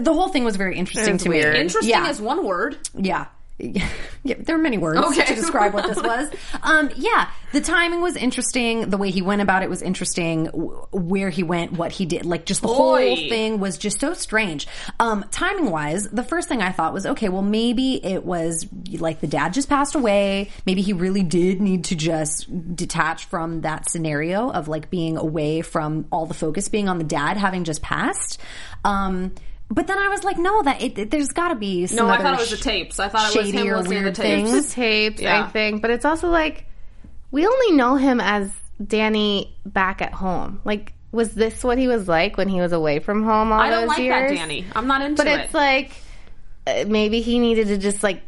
S2: the whole thing was very interesting
S5: It's
S2: to
S5: weird.
S2: me.
S3: Interesting
S2: Yeah.
S3: is one word.
S2: Yeah. [LAUGHS] yeah, there are many words
S3: Okay.
S2: to describe what this
S3: [LAUGHS]
S2: was. Um, yeah, the timing was interesting. The way he went about it was interesting. W- where he went, what he did, like just the whole
S3: Oy.
S2: thing was just so strange. Um, timing wise, the first thing I thought was, okay, well maybe it was like the dad just passed away. Maybe he really did need to just detach from that scenario of like being away from all the focus being on the dad having just passed. Um, but then I was like, no, that it, it- there's got to be some
S3: No, I
S2: other
S3: thought it was the
S2: sh-
S3: tapes. I thought it was him
S2: shady or
S3: listening to
S2: weird
S3: the
S2: things.
S3: tapes.
S5: the tapes,
S3: Yeah.
S5: I think. But it's also like we only know him as Danny back at home. Like, was this what he was like when he was away from home all
S3: I don't
S5: those
S3: like
S5: years?
S3: that, Danny. I'm not into
S5: But
S3: it.
S5: it's um, like uh, maybe he needed to just like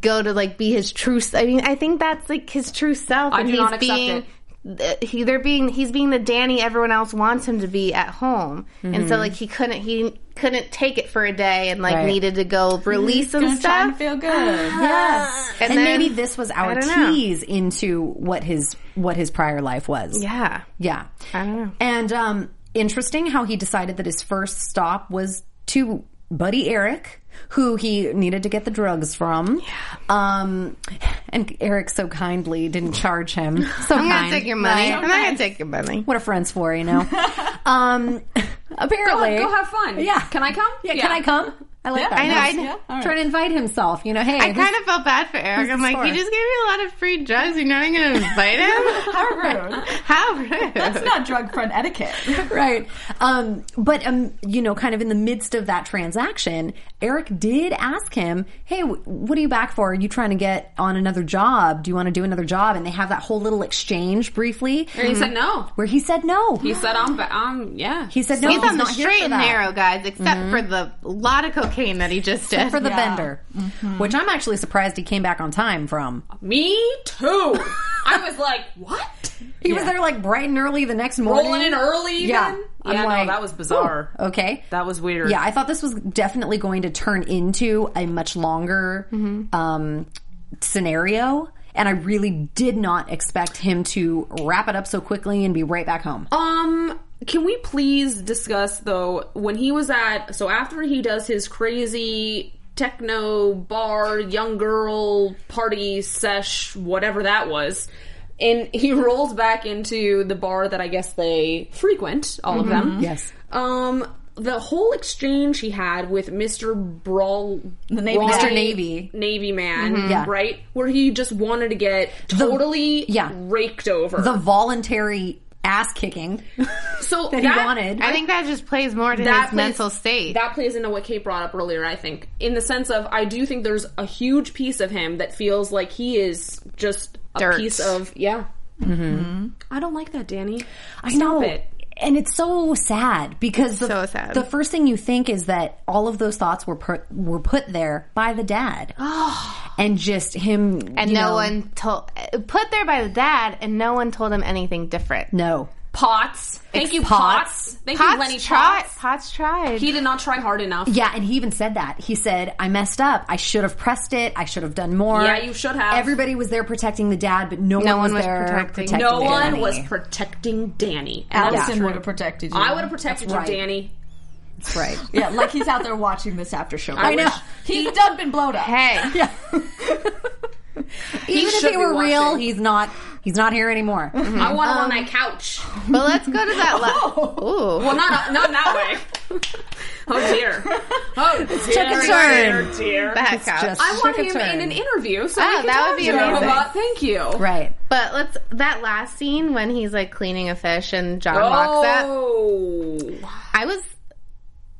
S5: go to like be his true. s- I mean, I think that's like his true self.
S3: I
S5: and
S3: do
S5: he's
S3: not accept
S5: being, it. He, they're being he's being the Danny everyone else wants him to be at home, and so like he couldn't he couldn't take it for a day and like
S2: Right.
S5: needed to go release some
S4: I'm trying to
S5: stuff.
S4: feel good.
S2: Yes. And,
S5: And then-
S2: maybe this was
S5: I
S2: our
S5: don't know.
S2: tease into what his what his prior life was.
S5: Yeah.
S2: Yeah.
S5: I don't know.
S2: And um interesting how he decided that his first stop was to Buddy Eric, who he needed to get the drugs from. Um and Eric so kindly didn't charge
S5: [LAUGHS]
S2: him. So kind.
S5: I'm gonna take your money.
S2: Right?
S5: I'm not gonna take your money.
S2: What a friend's for, you
S5: [LAUGHS]
S2: know. um
S3: Go,
S2: apparently
S3: go have fun.
S2: Yeah.
S3: Can I come?
S2: Yeah, can I come? I like
S4: Yeah.
S2: that.
S4: I
S5: know,
S2: Nice.
S5: I-
S4: Yeah, all right.
S2: Trying to invite himself, you know, hey,
S5: I
S2: who's-
S5: kind of felt bad for Eric. I'm like,
S2: for?
S5: you just gave me a lot of free drugs. You're not even gonna invite him?
S4: How rude.
S5: [LAUGHS] How rude!
S4: That's not drug friend
S5: [LAUGHS]
S4: etiquette.
S2: [LAUGHS] right. Um, but um, you know, kind of in the midst of that transaction, Eric did ask him, "Hey, w- what are you back for? Are you trying to get on another job? Do you want to do another job?" And they have that whole little exchange briefly,
S3: And he said no.
S2: where he said no.
S3: He said I'm. ba- I'm. Yeah.
S2: He said no.
S5: He's on the
S2: not here
S5: straight
S2: for
S5: and
S2: that." Mm-hmm.
S5: narrow, guys, except for the lot of cocaine that he just did.
S2: for the
S4: Yeah.
S2: bender,
S3: Mm-hmm.
S2: which I'm actually surprised he came back on time from.
S3: Me too. [LAUGHS] I was like, what?
S2: He was there like bright and early the next morning,
S3: Rolling in early.
S2: Yeah,
S3: Even?
S2: I'm
S3: Yeah.
S2: like,
S3: no, that was bizarre.
S2: "Ooh, okay,
S3: That was weird.
S2: Yeah, I thought this was definitely going to turn into a much longer
S5: Mm-hmm.
S2: um, scenario, and I really did not expect him to wrap it up so quickly and be right back home.
S5: Oh.
S3: Um, can we please discuss though when he was at so after he does his crazy techno bar young girl party sesh whatever that was and [LAUGHS] he rolls back into the bar that I guess they frequent all of them.
S2: Mm-hmm. Yes.
S3: Um the whole exchange he had with Mr. Brawl
S4: The Navy guy.
S2: Mr. Navy.
S3: Navy man,
S2: Yeah.
S3: right? Where he just wanted to get totally
S2: yeah.
S3: raked over.
S2: The voluntary ass
S5: [LAUGHS]
S2: kicking [LAUGHS]
S3: so
S2: that, he wanted.
S5: I think that just plays more to his
S3: plays-
S5: mental state.
S3: That plays into what Kate brought up earlier, I think, in the sense of I do think there's a huge piece of him that feels like he is just a
S5: Dirt. Mm-hmm.
S3: piece of yeah. Mm-hmm. I don't like that, Danny.
S2: I know.
S3: it.
S2: And it's so sad because the,
S5: So sad.
S2: the first thing you think is that all of those thoughts were per, were put there by the
S5: [GASPS]
S2: dad, and just him
S5: and
S2: you
S5: no
S2: know,
S5: one told, put there by the dad, and no one told him anything different.
S2: no
S3: Potts. Thank you,
S2: Potts.
S3: Potts. Thank you, Lenny
S5: Potts tried.
S3: Potts.
S5: Potts tried.
S3: He did not try hard enough.
S2: Yeah, and he even said that. He said, I messed up. I should have pressed it. I should have done more.
S3: Yeah, you should have.
S2: Everybody was there protecting the dad, but no,
S5: No
S2: one was,
S5: one was
S2: there protecting,
S5: protecting-
S3: no one
S2: Danny.
S3: was protecting Danny. And that's-
S4: Allison would have protected you.
S3: I would have protected you,
S2: right.
S3: Danny.
S2: That's right.
S4: Yeah, like he's out there watching this after show.
S3: I
S2: know.
S4: He's done been blowed up.
S2: [LAUGHS]
S5: Hey,
S2: even if
S3: should
S2: he were
S3: be
S2: real,
S3: watching.
S2: he's not. He's not here anymore.
S5: Mm-hmm.
S3: I want him on
S5: Um,
S3: that couch.
S5: but let's go to that.
S2: [LAUGHS] Oh.
S5: La- Ooh,
S3: Well, not not that
S5: [LAUGHS]
S3: way. Oh dear. Oh dear.
S2: turn.
S3: Dear, dear.
S5: that couch.
S2: Just
S3: I want
S2: took a
S3: him
S2: turn.
S3: in an interview, so
S5: Ah,
S3: we can
S5: that
S3: talk
S5: would be
S3: to him
S5: amazing.
S3: about. Thank you.
S2: Right.
S5: But let's that last scene when he's like cleaning a fish and John walks up.
S3: Oh,
S5: I was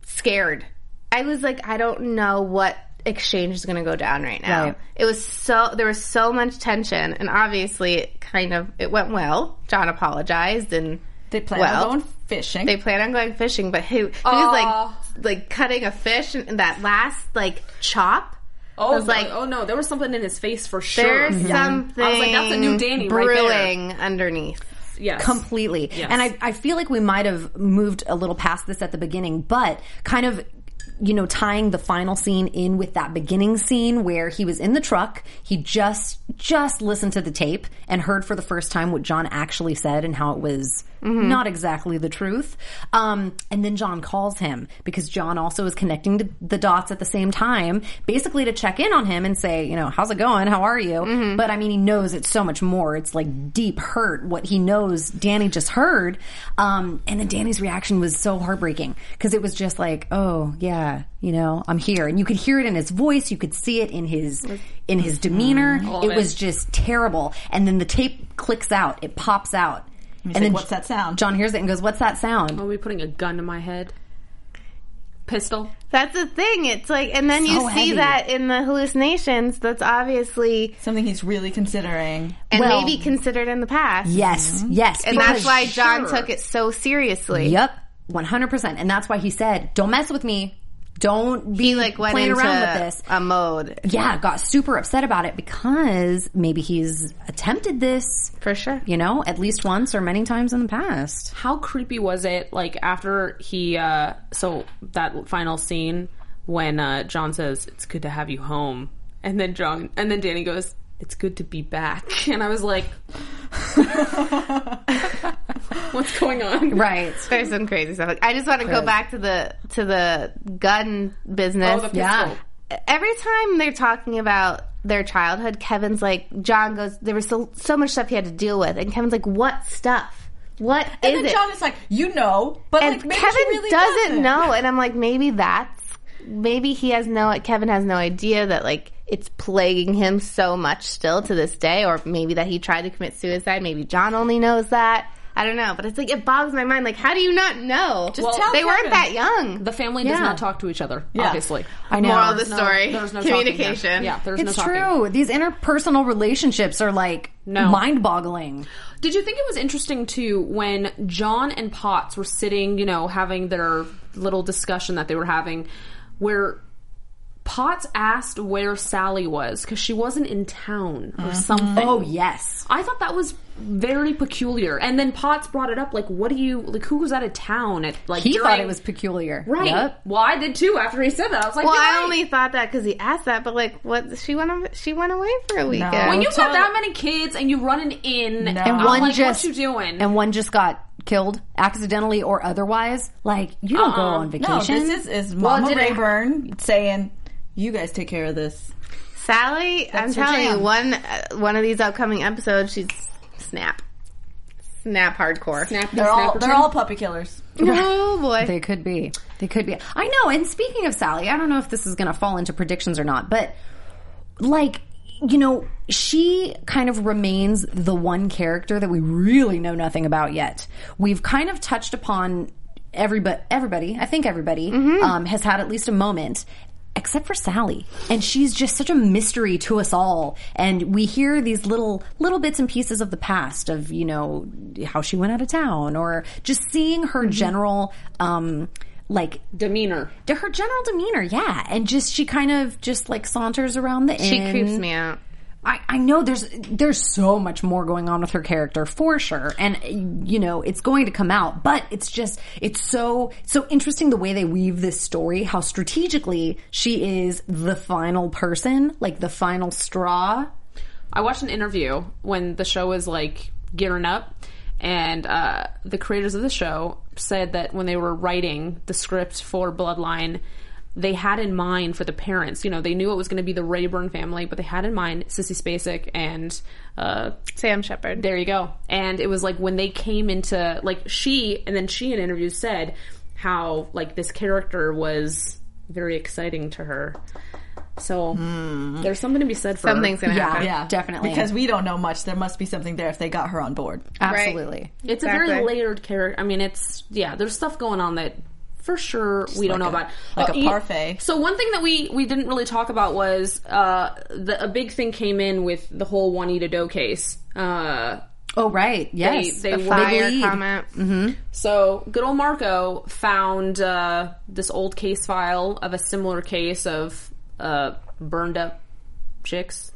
S5: scared. I was like, I don't know what exchange is going to go down right now.
S2: Right.
S5: It was so there was so much tension, and obviously, it kind of it went well. John apologized and
S4: [LAUGHS] They plan
S5: Well,
S4: on going fishing.
S5: They plan on going fishing, but who who's
S3: Aw.
S5: like like cutting a fish and and that last like chop?
S3: Oh,
S5: was
S3: no,
S5: like-
S3: oh no, there was something in his face for sure.
S5: There's something
S3: I was like, that's a new Danny right there.
S5: brewing underneath.
S3: Yes.
S2: completely. And I, I feel like we might have moved a little past this at the beginning, but kind of you know tying the final scene in with that beginning scene where he was in the truck he just just listened to the tape and heard for the first time what john actually said and how it was
S3: Mm-hmm.
S2: not exactly the truth um, and then john calls him because john also is connecting to the dots at the same time basically to check in on him and say you know how's it going how are you but i mean he knows it's so much more it's like deep hurt what he knows danny just heard um, and then danny's reaction was so heartbreaking because it was just like oh yeah you know i'm here and you could hear it in his voice you could see it in his in his demeanor it was just terrible and then the tape clicks out it pops out and,
S4: like, "What's that sound?"
S2: john hears it and goes what's that sound
S3: Are we putting a gun to my head? Pistol?
S5: That's the thing. It's like, and then you
S2: So
S5: see
S2: heavy.
S5: that in the hallucinations. That's obviously
S4: Something he's really considering.
S5: and
S2: Well-
S5: maybe considered in the past.
S2: yes yes
S5: and that's why John
S2: took it.
S5: took it so seriously.
S2: Yep, one hundred percent. And that's why he said, "Don't mess with me. Don't be
S5: He like went
S2: playing
S5: into
S2: around with this."
S5: a mode
S2: yeah, got super upset about it because maybe he's attempted this,
S5: for sure.
S2: you know, at least once or many times in the past.
S3: how creepy was it like after he uh so that final scene when uh john says it's good to have you home and then john and then danny goes it's good to be back [LAUGHS] and i
S5: [LAUGHS]
S3: was like what's going on
S2: Right.
S5: There's some crazy stuff. Like, I just want to go back to the to the gun business.
S3: Oh, the pistol.
S5: Every time they're talking about their childhood, Kevin's like, John goes, there was so, so much stuff he had to deal with, and Kevin's like, what stuff? What is
S4: And then
S5: it?
S4: John is like, you know, but
S5: and
S4: like, maybe
S5: Kevin
S4: she really
S5: doesn't, know, and I'm like, maybe that's maybe he has no. Kevin has no idea that like it's plaguing him so much still to this day, or maybe that he tried to commit suicide. Maybe John only knows that. I don't know, but it's like it bogs my mind. Like, how do you not know? Just
S4: tell
S5: they
S4: Kevin.
S5: weren't that young.
S3: the family does
S2: Yeah.
S3: not talk to each other obviously
S2: I know.
S5: Moral of the
S3: There's no-
S5: story:
S3: there's no talking Uh,
S5: [LAUGHS]
S3: there.
S5: communication.
S3: yeah there's no
S2: it's
S3: talking
S2: true. These interpersonal relationships are like
S3: No.
S2: mind-boggling.
S3: Did you think it was interesting too when John and Potts were sitting, you know, having their little discussion that they were having, where Potts asked where Sally was because she wasn't in town or something.
S2: Oh yes.
S3: I thought that was very peculiar. And then Potts brought it up, like, what do you like? Who was out of town at like?
S2: He thought
S3: during-
S2: it was peculiar.
S3: right.
S2: Yep.
S3: Well, I did too. After he said that, I was like,
S5: Well,
S3: "You're
S5: I
S3: right."
S5: only thought that because he asked that, but like, what? She went. av- She went away for a weekend.
S3: When you've got
S4: Totally.
S3: that many kids and you run an inn,
S4: And
S3: I'm
S2: one
S3: like,
S2: just
S3: what you doing?
S2: And one just got killed accidentally or otherwise. Like you don't
S3: Uh-uh.
S2: go on
S4: No,
S2: vacation.
S4: this is, is Mama
S5: did it-
S4: Rayburn saying, you guys take care of this.
S5: Sally, I'm
S4: her
S5: telling
S4: jam.
S5: you, one uh, one of these upcoming episodes, she's snap, snap hardcore.
S3: Snap,
S4: They're all,
S3: snapper
S4: they're all puppy killers.
S5: Oh boy,
S2: They could be. They could be. I know. And speaking of Sally, I don't know if this is going to fall into predictions or not, but like, you know, she kind of remains the one character that we really know nothing about yet. We've kind of touched upon everybody. Everybody, I think everybody um, has had at least a moment. Except for Sally, and she's just such a mystery to us all. And we hear these little little bits and pieces of the past of you know how she went out of town, or just seeing her general um, like
S3: demeanor.
S2: to her general demeanor, yeah, and just she kind of just like saunters around the
S5: she
S2: inn.
S5: creeps me out.
S2: I, I know there's there's so much more going on with her character for sure, and you know it's going to come out, but it's just it's so so interesting the way they weave this story, how strategically she is the final person, like the final straw.
S3: I watched an interview when the show was like gearing up, and uh, the creators of the show said that when they were writing the script for Bloodline, they had in mind for the parents. You know, they knew it was going to be the Rayburn family, but they had in mind Sissy Spacek and uh,
S5: Sam Shepard.
S3: there you go. And it was like when they came into like she and then she in interviews said how like this character was very exciting to her. So there's something to be said for
S5: Something's gonna happen.
S2: Yeah, definitely.
S4: Because we don't know much. There must be something there if they got her on board.
S2: Absolutely.
S3: It's a very
S5: Exactly.
S3: layered character. I mean, it's yeah. There's stuff going on that for sure we don't know
S4: like a-
S3: about.
S4: like
S3: Oh,
S4: a
S3: you-
S4: parfait.
S3: So one thing that we we didn't really talk about was uh, the a big thing came in with the whole Juanita Doe case. Uh,
S2: Oh right, yes.
S3: They- they
S5: the
S3: were-
S5: fire
S2: lead.
S5: comment.
S3: So, good old Marco found uh, this old case file of a similar case of uh, burned up chicks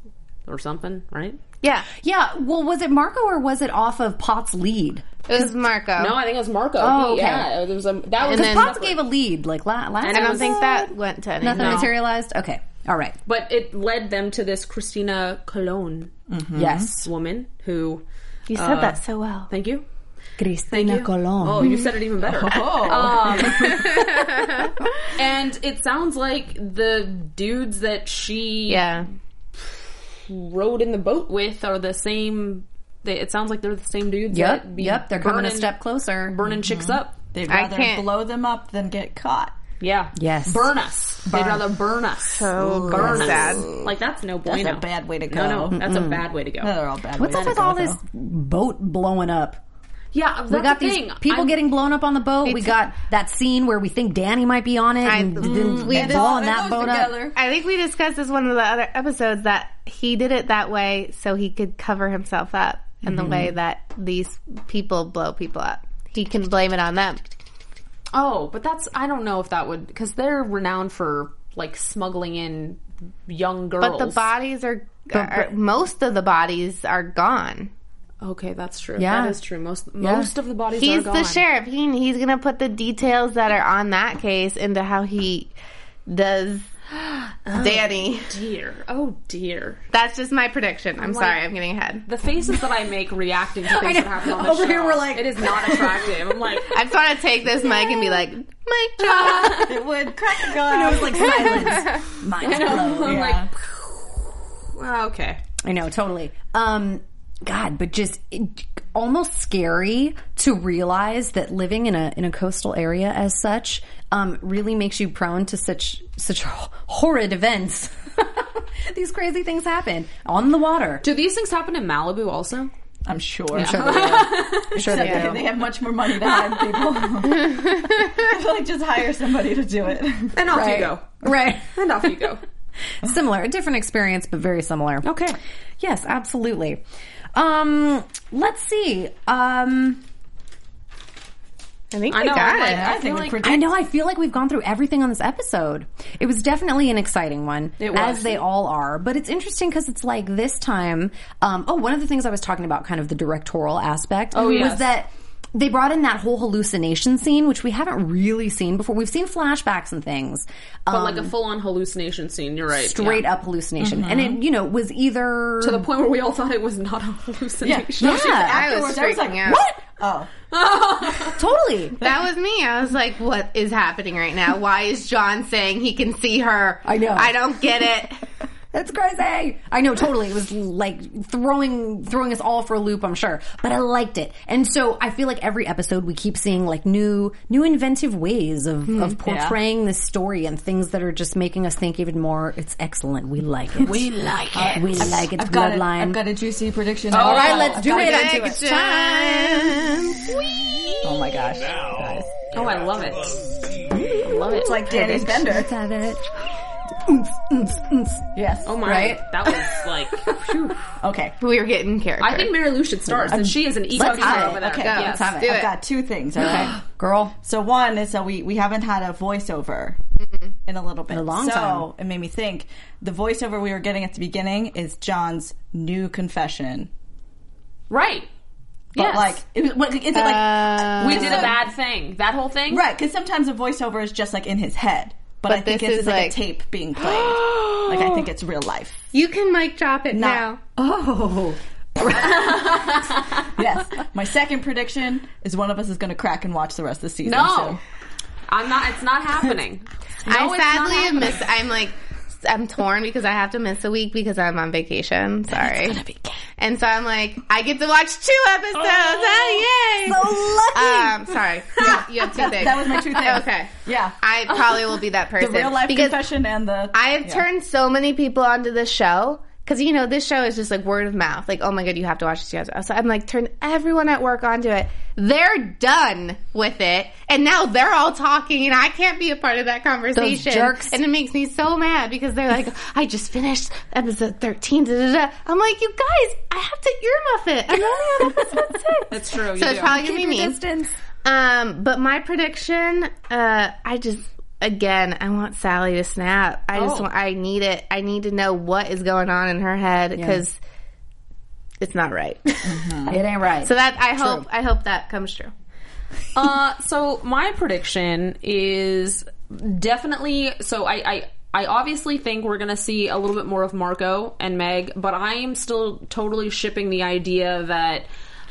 S3: or something, right?
S5: Yeah,
S2: yeah. Well, was it Marco or was it off of Potts' lead?
S5: it was Marco.
S3: No, I think it was Marco.
S2: Oh,
S3: He-
S2: okay.
S3: Yeah, it was a, that was
S5: And
S3: his
S5: then-
S2: Potts
S3: pop-
S2: gave a lead like la- last.
S3: And I
S5: I
S3: was-
S5: don't think that went to anything.
S2: nothing materialized. Okay, all right.
S3: but it led them to this Christina Colon
S2: Yes,
S3: woman who.
S5: You said that so well.
S3: Thank you.
S2: Christina Colon.
S3: Oh, you said it even better. Um, and it sounds like the dudes that she
S5: Yeah,
S3: rode in the boat with are the same. They, it sounds like they're the same dudes.
S2: Yep,
S3: that be
S2: yep. They're coming a
S3: burning-
S2: step closer.
S3: burning chicks up.
S4: They'd
S5: I
S4: rather
S5: can't-
S4: blow them up than get caught.
S3: Yeah.
S2: Yes.
S3: Burn us. They'd rather burn us.
S5: So
S3: burn
S5: sad.
S3: us. Like that's no
S4: That's
S3: bueno.
S4: a bad way to go.
S3: No, no, that's a bad way to go.
S4: [LAUGHS] They're all bad.
S2: What's
S4: ways
S2: up
S4: to
S2: with
S4: go,
S2: all
S4: though.
S2: this boat blowing up?
S3: Yeah, that's
S2: We got
S3: the
S2: these
S3: thing.
S2: people
S3: I'm-
S2: getting blown up on the boat. We
S5: It's-
S2: got that scene where we think Danny might be on it,
S5: I-
S2: and then
S5: mm, we-
S2: they're
S5: this-
S2: blowing
S4: it goes
S2: that boat up.
S4: together.
S5: I think we discussed this one of the other episodes that he did it that way so he could cover himself up in the way that these people blow people up. He can blame it on them.
S3: Oh, but that's I don't know if that would because they're renowned for like smuggling in young girls.
S5: But the bodies are, are most of the bodies are gone.
S3: Okay, that's true.
S2: Yeah.
S3: that is true. Most most of the bodies are
S5: He's
S3: gone.
S5: the sheriff. He he's gonna put the details that are on that case into how he
S3: [GASPS]
S5: does
S3: Oh,
S5: Danny.
S3: Dear, oh dear.
S5: That's just my prediction. I'm sorry, I'm getting ahead.
S3: The faces that [LAUGHS] I make reacting to things that happen on the
S2: Over
S3: show.
S2: here we're like-
S3: it is not attractive. I'm [LAUGHS] like,
S5: I just want to take this mic and be like, mic
S3: [LAUGHS]
S5: drop.
S4: It would crack [LAUGHS] a guy.
S2: It was like silence. Mind blown.
S3: I'm
S4: Yeah.
S3: like, okay.
S2: I know, totally. Um, God, but just it, almost scary to realize that living in a in a coastal area as such um, really makes you prone to such such h- horrid events. [LAUGHS] These crazy things happen on the water.
S3: Do these things happen in Malibu also?
S4: I'm sure. [LAUGHS]
S2: I'm sure that they do.
S4: They have much more money to hide people. [LAUGHS] like just hire somebody to do it.
S3: And off
S2: Right.
S3: you go.
S2: Right. [LAUGHS]
S3: And off you go.
S2: similar, a different experience, but very similar.
S3: Okay.
S2: Yes, absolutely. Um, let's see. Um,
S5: I think
S3: I
S5: we
S3: know.
S5: got
S3: I'm like,
S5: it.
S3: I
S4: I think
S3: feel
S4: we
S3: like
S4: pretty-
S2: I know. I feel like we've gone through everything on this episode. It was definitely an exciting one,
S3: It was.
S2: as they all are. But it's interesting because it's like this time. Um, oh, one of the things I was talking about, kind of the directorial aspect, oh,
S3: yes.
S2: was that. They brought in that whole hallucination scene, which we haven't really seen before. We've seen flashbacks and things,
S3: [LAUGHS]
S2: um,
S3: but like a full on hallucination scene. You're right.
S2: straight up hallucination, and it, you know, was either
S3: Mm-hmm. to the point where we all thought it was not a hallucination.
S2: yeah,
S5: I was
S4: Afterwards, I was
S5: freaking
S4: like,
S5: out.
S2: what?
S4: Oh,
S2: Totally.
S5: That was me. I was like, what is happening right now? Why is John saying he can see her?
S2: I know.
S5: I don't get it.
S3: [LAUGHS]
S2: That's crazy. I know, totally. It was like throwing throwing us all for a loop, I'm sure. But I liked it. And so I feel like every episode we keep seeing like new new inventive ways of, of portraying this story and things that are just making us think even more it's excellent. We like it. We like it. We like it.
S4: I've got, a,
S2: Bloodline.
S4: I've got a juicy prediction.
S2: all right, let's do it. I think it's time.
S5: Action.
S4: Oh my gosh.
S3: [LAUGHS] Oh, I love it. I love it.
S4: It's like Danny's Bender.
S2: Let's have it.
S4: Yes.
S3: oh my, that was like. phew.
S4: Okay.
S5: We were getting character.
S3: [LAUGHS] I think Mary Lou should start since she is an eco
S2: Let's have it.
S3: over there.
S4: Okay,
S3: Yes.
S2: Let's have it.
S5: do
S4: I've
S5: it.
S4: got two things. Okay.
S2: Girl.
S4: So one is that we we haven't had a voiceover
S3: Mm-hmm.
S4: in a little bit.
S2: a long
S4: so
S2: time.
S4: it made me think. The voiceover we were getting at the beginning is John's new confession.
S3: Right.
S4: But
S3: Yes.
S4: like, it was, what, is it like
S3: we did a bad thing. That whole thing.
S4: right? Because sometimes a voiceover is just like in his head. But, I think
S5: this
S4: this
S5: is
S4: is like,
S5: like-
S4: a tape being played. like I think it's real life.
S5: you can mic drop it now.
S4: Oh. yes. My second prediction is one of us is going to crack and watch the rest of the season.
S3: No.
S4: So.
S3: I'm not. It's not [LAUGHS] happening. No,
S5: I
S3: it's not
S5: sadly
S3: happening.
S5: miss. I'm like, I'm torn because I have to miss a week because I'm on vacation. Sorry. And so I'm like, I get to watch two episodes. Oh, yay! Um, sorry. You have, you have two
S4: [LAUGHS]
S5: things.
S4: That was my two things.
S5: Okay.
S4: Yeah.
S5: I probably will be that
S4: [LAUGHS] The
S5: person.
S4: real life
S5: because
S4: confession and the
S5: I have turned so many people onto this show. Cause you know this show is just like word of mouth, like oh my god, you have to watch this. You have to. So I'm like turn everyone at work onto it. They're done with it, and now they're all talking, and I can't be a part of that conversation.
S2: jerks.
S5: And it makes me so mad [LAUGHS] because they're like, I just finished episode 13. Da, da, da. I'm like, you guys, I have to off it. [LAUGHS] I'm only on episode six.
S3: That's true. You
S5: So
S3: do.
S5: it's probably
S2: Keep
S5: gonna be
S2: your
S5: me.
S2: distance.
S5: Um, but my prediction, uh, I just again, I want Sally to snap. I just
S3: Oh.
S5: want, I need it. I need to know what is going on in her head because it's not right. [LAUGHS]
S2: It ain't right.
S5: so that I hope I hope that comes true.
S3: uh, so my prediction is definitely. So I, I, I obviously think we're gonna see a little bit more of Marco and Meg, but I am still totally shipping the idea that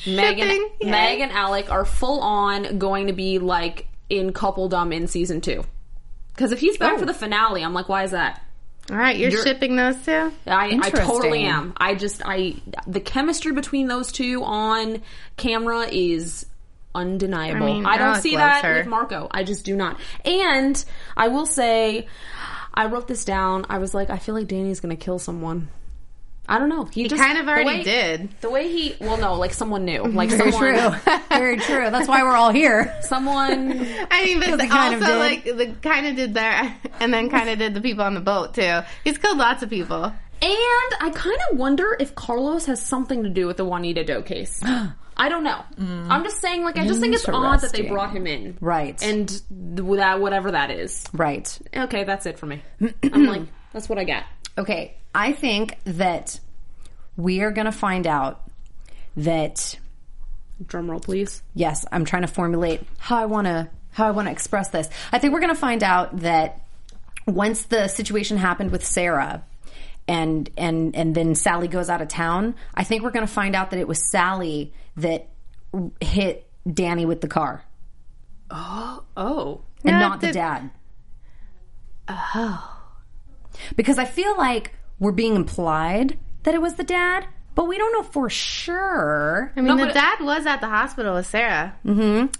S3: Meg and
S5: Shipping? Yay.
S3: Meg and Alec are full on going to be like in coupledom in season two. Because if he's
S5: Oh.
S3: back for the finale, I'm like, why is that?
S5: All right, you're, shipping those two.
S3: I, I
S2: Interesting.
S3: totally am. I just I the chemistry between those two on camera is undeniable.
S5: I
S3: I,
S5: mean,
S3: don't
S5: Alec
S3: see
S5: loves
S3: that
S5: her.
S3: with Marco. I just do not. And I will say, I wrote this down. I was like, I feel like Danny's gonna kill someone. I don't know. He, just
S5: kind of
S3: the
S5: already
S3: way-
S5: did.
S3: The way he well no, like someone new. Like
S2: Very
S3: someone
S2: true. Very true. That's why we're all here.
S3: [LAUGHS] someone
S5: [LAUGHS] I mean, but [LAUGHS]
S2: They
S5: also
S2: kind of did.
S5: like the kind of did there, [LAUGHS] and then kind of did the people on the boat too. He's killed lots of people.
S3: And I kind of wonder if Carlos has something to do with the Juanita Doe case.
S2: [GASPS]
S3: I don't know. I'm just saying, like, I just think it's odd that they
S2: Mm. Interesting.
S3: brought him in.
S2: Right.
S3: And th- that, whatever that is.
S2: Right.
S3: Okay, that's it for
S2: [CLEARS THROAT]
S3: me. I'm like, that's what I got.
S2: Okay. I think that we are going to find out that
S3: Drum roll, please.
S2: yes, I'm trying to formulate how I want to how I want to express this. I think we're going to find out that once the situation happened with Sarah and and and then Sally goes out of town, I think we're going to find out that it was Sally that hit Danny with the car
S3: Oh.
S2: and
S5: Not
S2: not the,
S5: the-
S2: dad. Oh. Because I feel like we're being implied that it was the dad, but we don't know for sure.
S5: I mean,
S3: No,
S5: the
S3: but-
S5: dad was at the hospital with Sarah.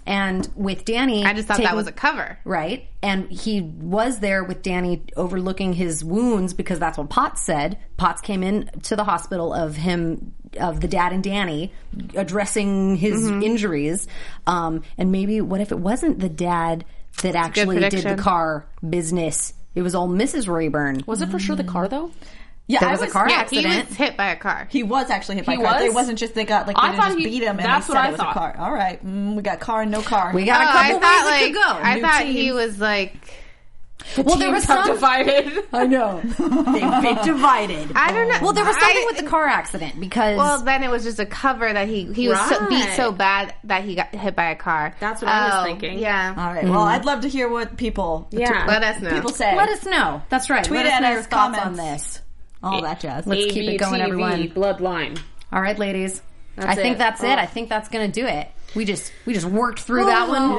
S2: And with Danny,
S5: I just thought that was a cover.
S2: Right. And he was there with Danny overlooking his wounds because that's what Potts said. Potts came in to the hospital of him, of the dad and Danny addressing his
S5: Mm-hmm.
S2: injuries. Um, and maybe what if it wasn't the dad that actually did the
S5: prediction.
S2: car business? It was all Mrs. Rayburn.
S3: Was it for sure the
S2: [LAUGHS]
S3: car, though?
S4: Yeah,
S2: There
S4: I
S2: was a car
S5: Yeah,
S2: accident.
S5: he was hit by a car.
S4: He was actually hit by
S3: He
S4: a car. They
S3: was?
S4: wasn't just they got like they
S3: I
S4: didn't
S3: thought
S4: just
S3: he-
S4: beat him. And
S3: that's
S4: they
S3: what
S4: said
S3: I
S4: it was
S3: thought.
S4: A car. All right, mm, we got car and no car. [LAUGHS]
S2: we got
S5: Oh,
S2: a
S5: I
S2: couple ways
S5: thought
S2: it
S5: like
S2: could go.
S5: I
S4: New
S5: thought
S4: team.
S5: he was like [LAUGHS]
S2: well, there was some.
S3: [LAUGHS] divided.
S2: I [LAUGHS] know.
S4: They've been divided.
S5: I don't know.
S2: Well, there was
S5: I-
S2: something with the car accident because
S5: Well, then it was just a cover that he he was so, beat
S3: Right.
S5: so bad that he got hit by a car.
S3: That's what I was
S5: Oh,
S3: thinking.
S5: Yeah.
S4: All right. Well, I'd love to hear what people
S3: Mm. Yeah.
S5: Let us know.
S4: people say.
S2: let us know. That's right.
S4: Tweet
S2: let us
S4: at
S2: know
S4: us,
S2: your thoughts on
S4: comments.
S2: this.
S4: all that jazz.
S2: Let's keep it going,
S3: ABTV,
S2: everyone.
S3: Bloodline.
S2: All right, ladies. I
S3: E. That's
S2: think
S3: it.
S2: that's it.
S3: Oh.
S2: I think that's going to do it. We just we just worked through that one.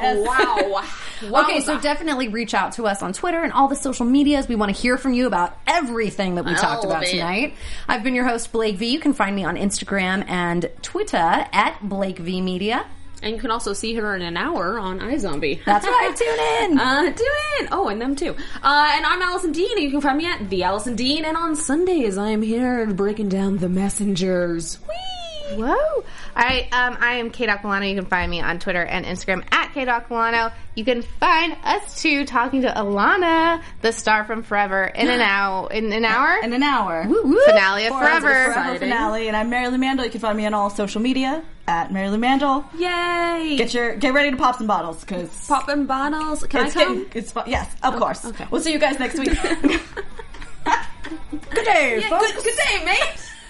S2: [LAUGHS]
S3: Oh, Wow. [LAUGHS]
S2: Okay, so definitely reach out to us on Twitter and all the social medias. We want to hear from you about everything that we talked
S3: All
S2: about
S3: of it.
S2: tonight. I've been your host Blake V. You can find me on Instagram and Twitter at Blake V Media.
S3: And you can also see her in an hour on iZombie. [LAUGHS]
S2: That's right. Tune in.
S3: Uh, do it! Oh, and them too. Uh, and I'm Allison Dean, and you can find me at The Allison Dean, and on Sundays I am here breaking down The Messengers. Whee!
S5: Whoa. All right. Um, I am Kate Aquilano. You can find me on Twitter and Instagram at Kate Aquilano. You can find us two talking to Alana, the star from Forever, in [GASPS] an hour. In an hour.
S4: in an hour.
S5: Finale of
S4: Four hours of
S5: Forever.
S4: Forever finale. And I'm Marilyn Mandel. You can find me on all social media at Marilyn Mandel.
S3: Yay!
S4: Get your get ready to pop some bottles because
S3: pop and bottles. Can
S4: it's
S3: I come? Oh,
S4: getting it's fun. Yes, of course.
S3: okay.
S4: We'll see you guys next week. [LAUGHS]
S3: [LAUGHS]
S4: good day, folks.
S3: Good, good day, mate!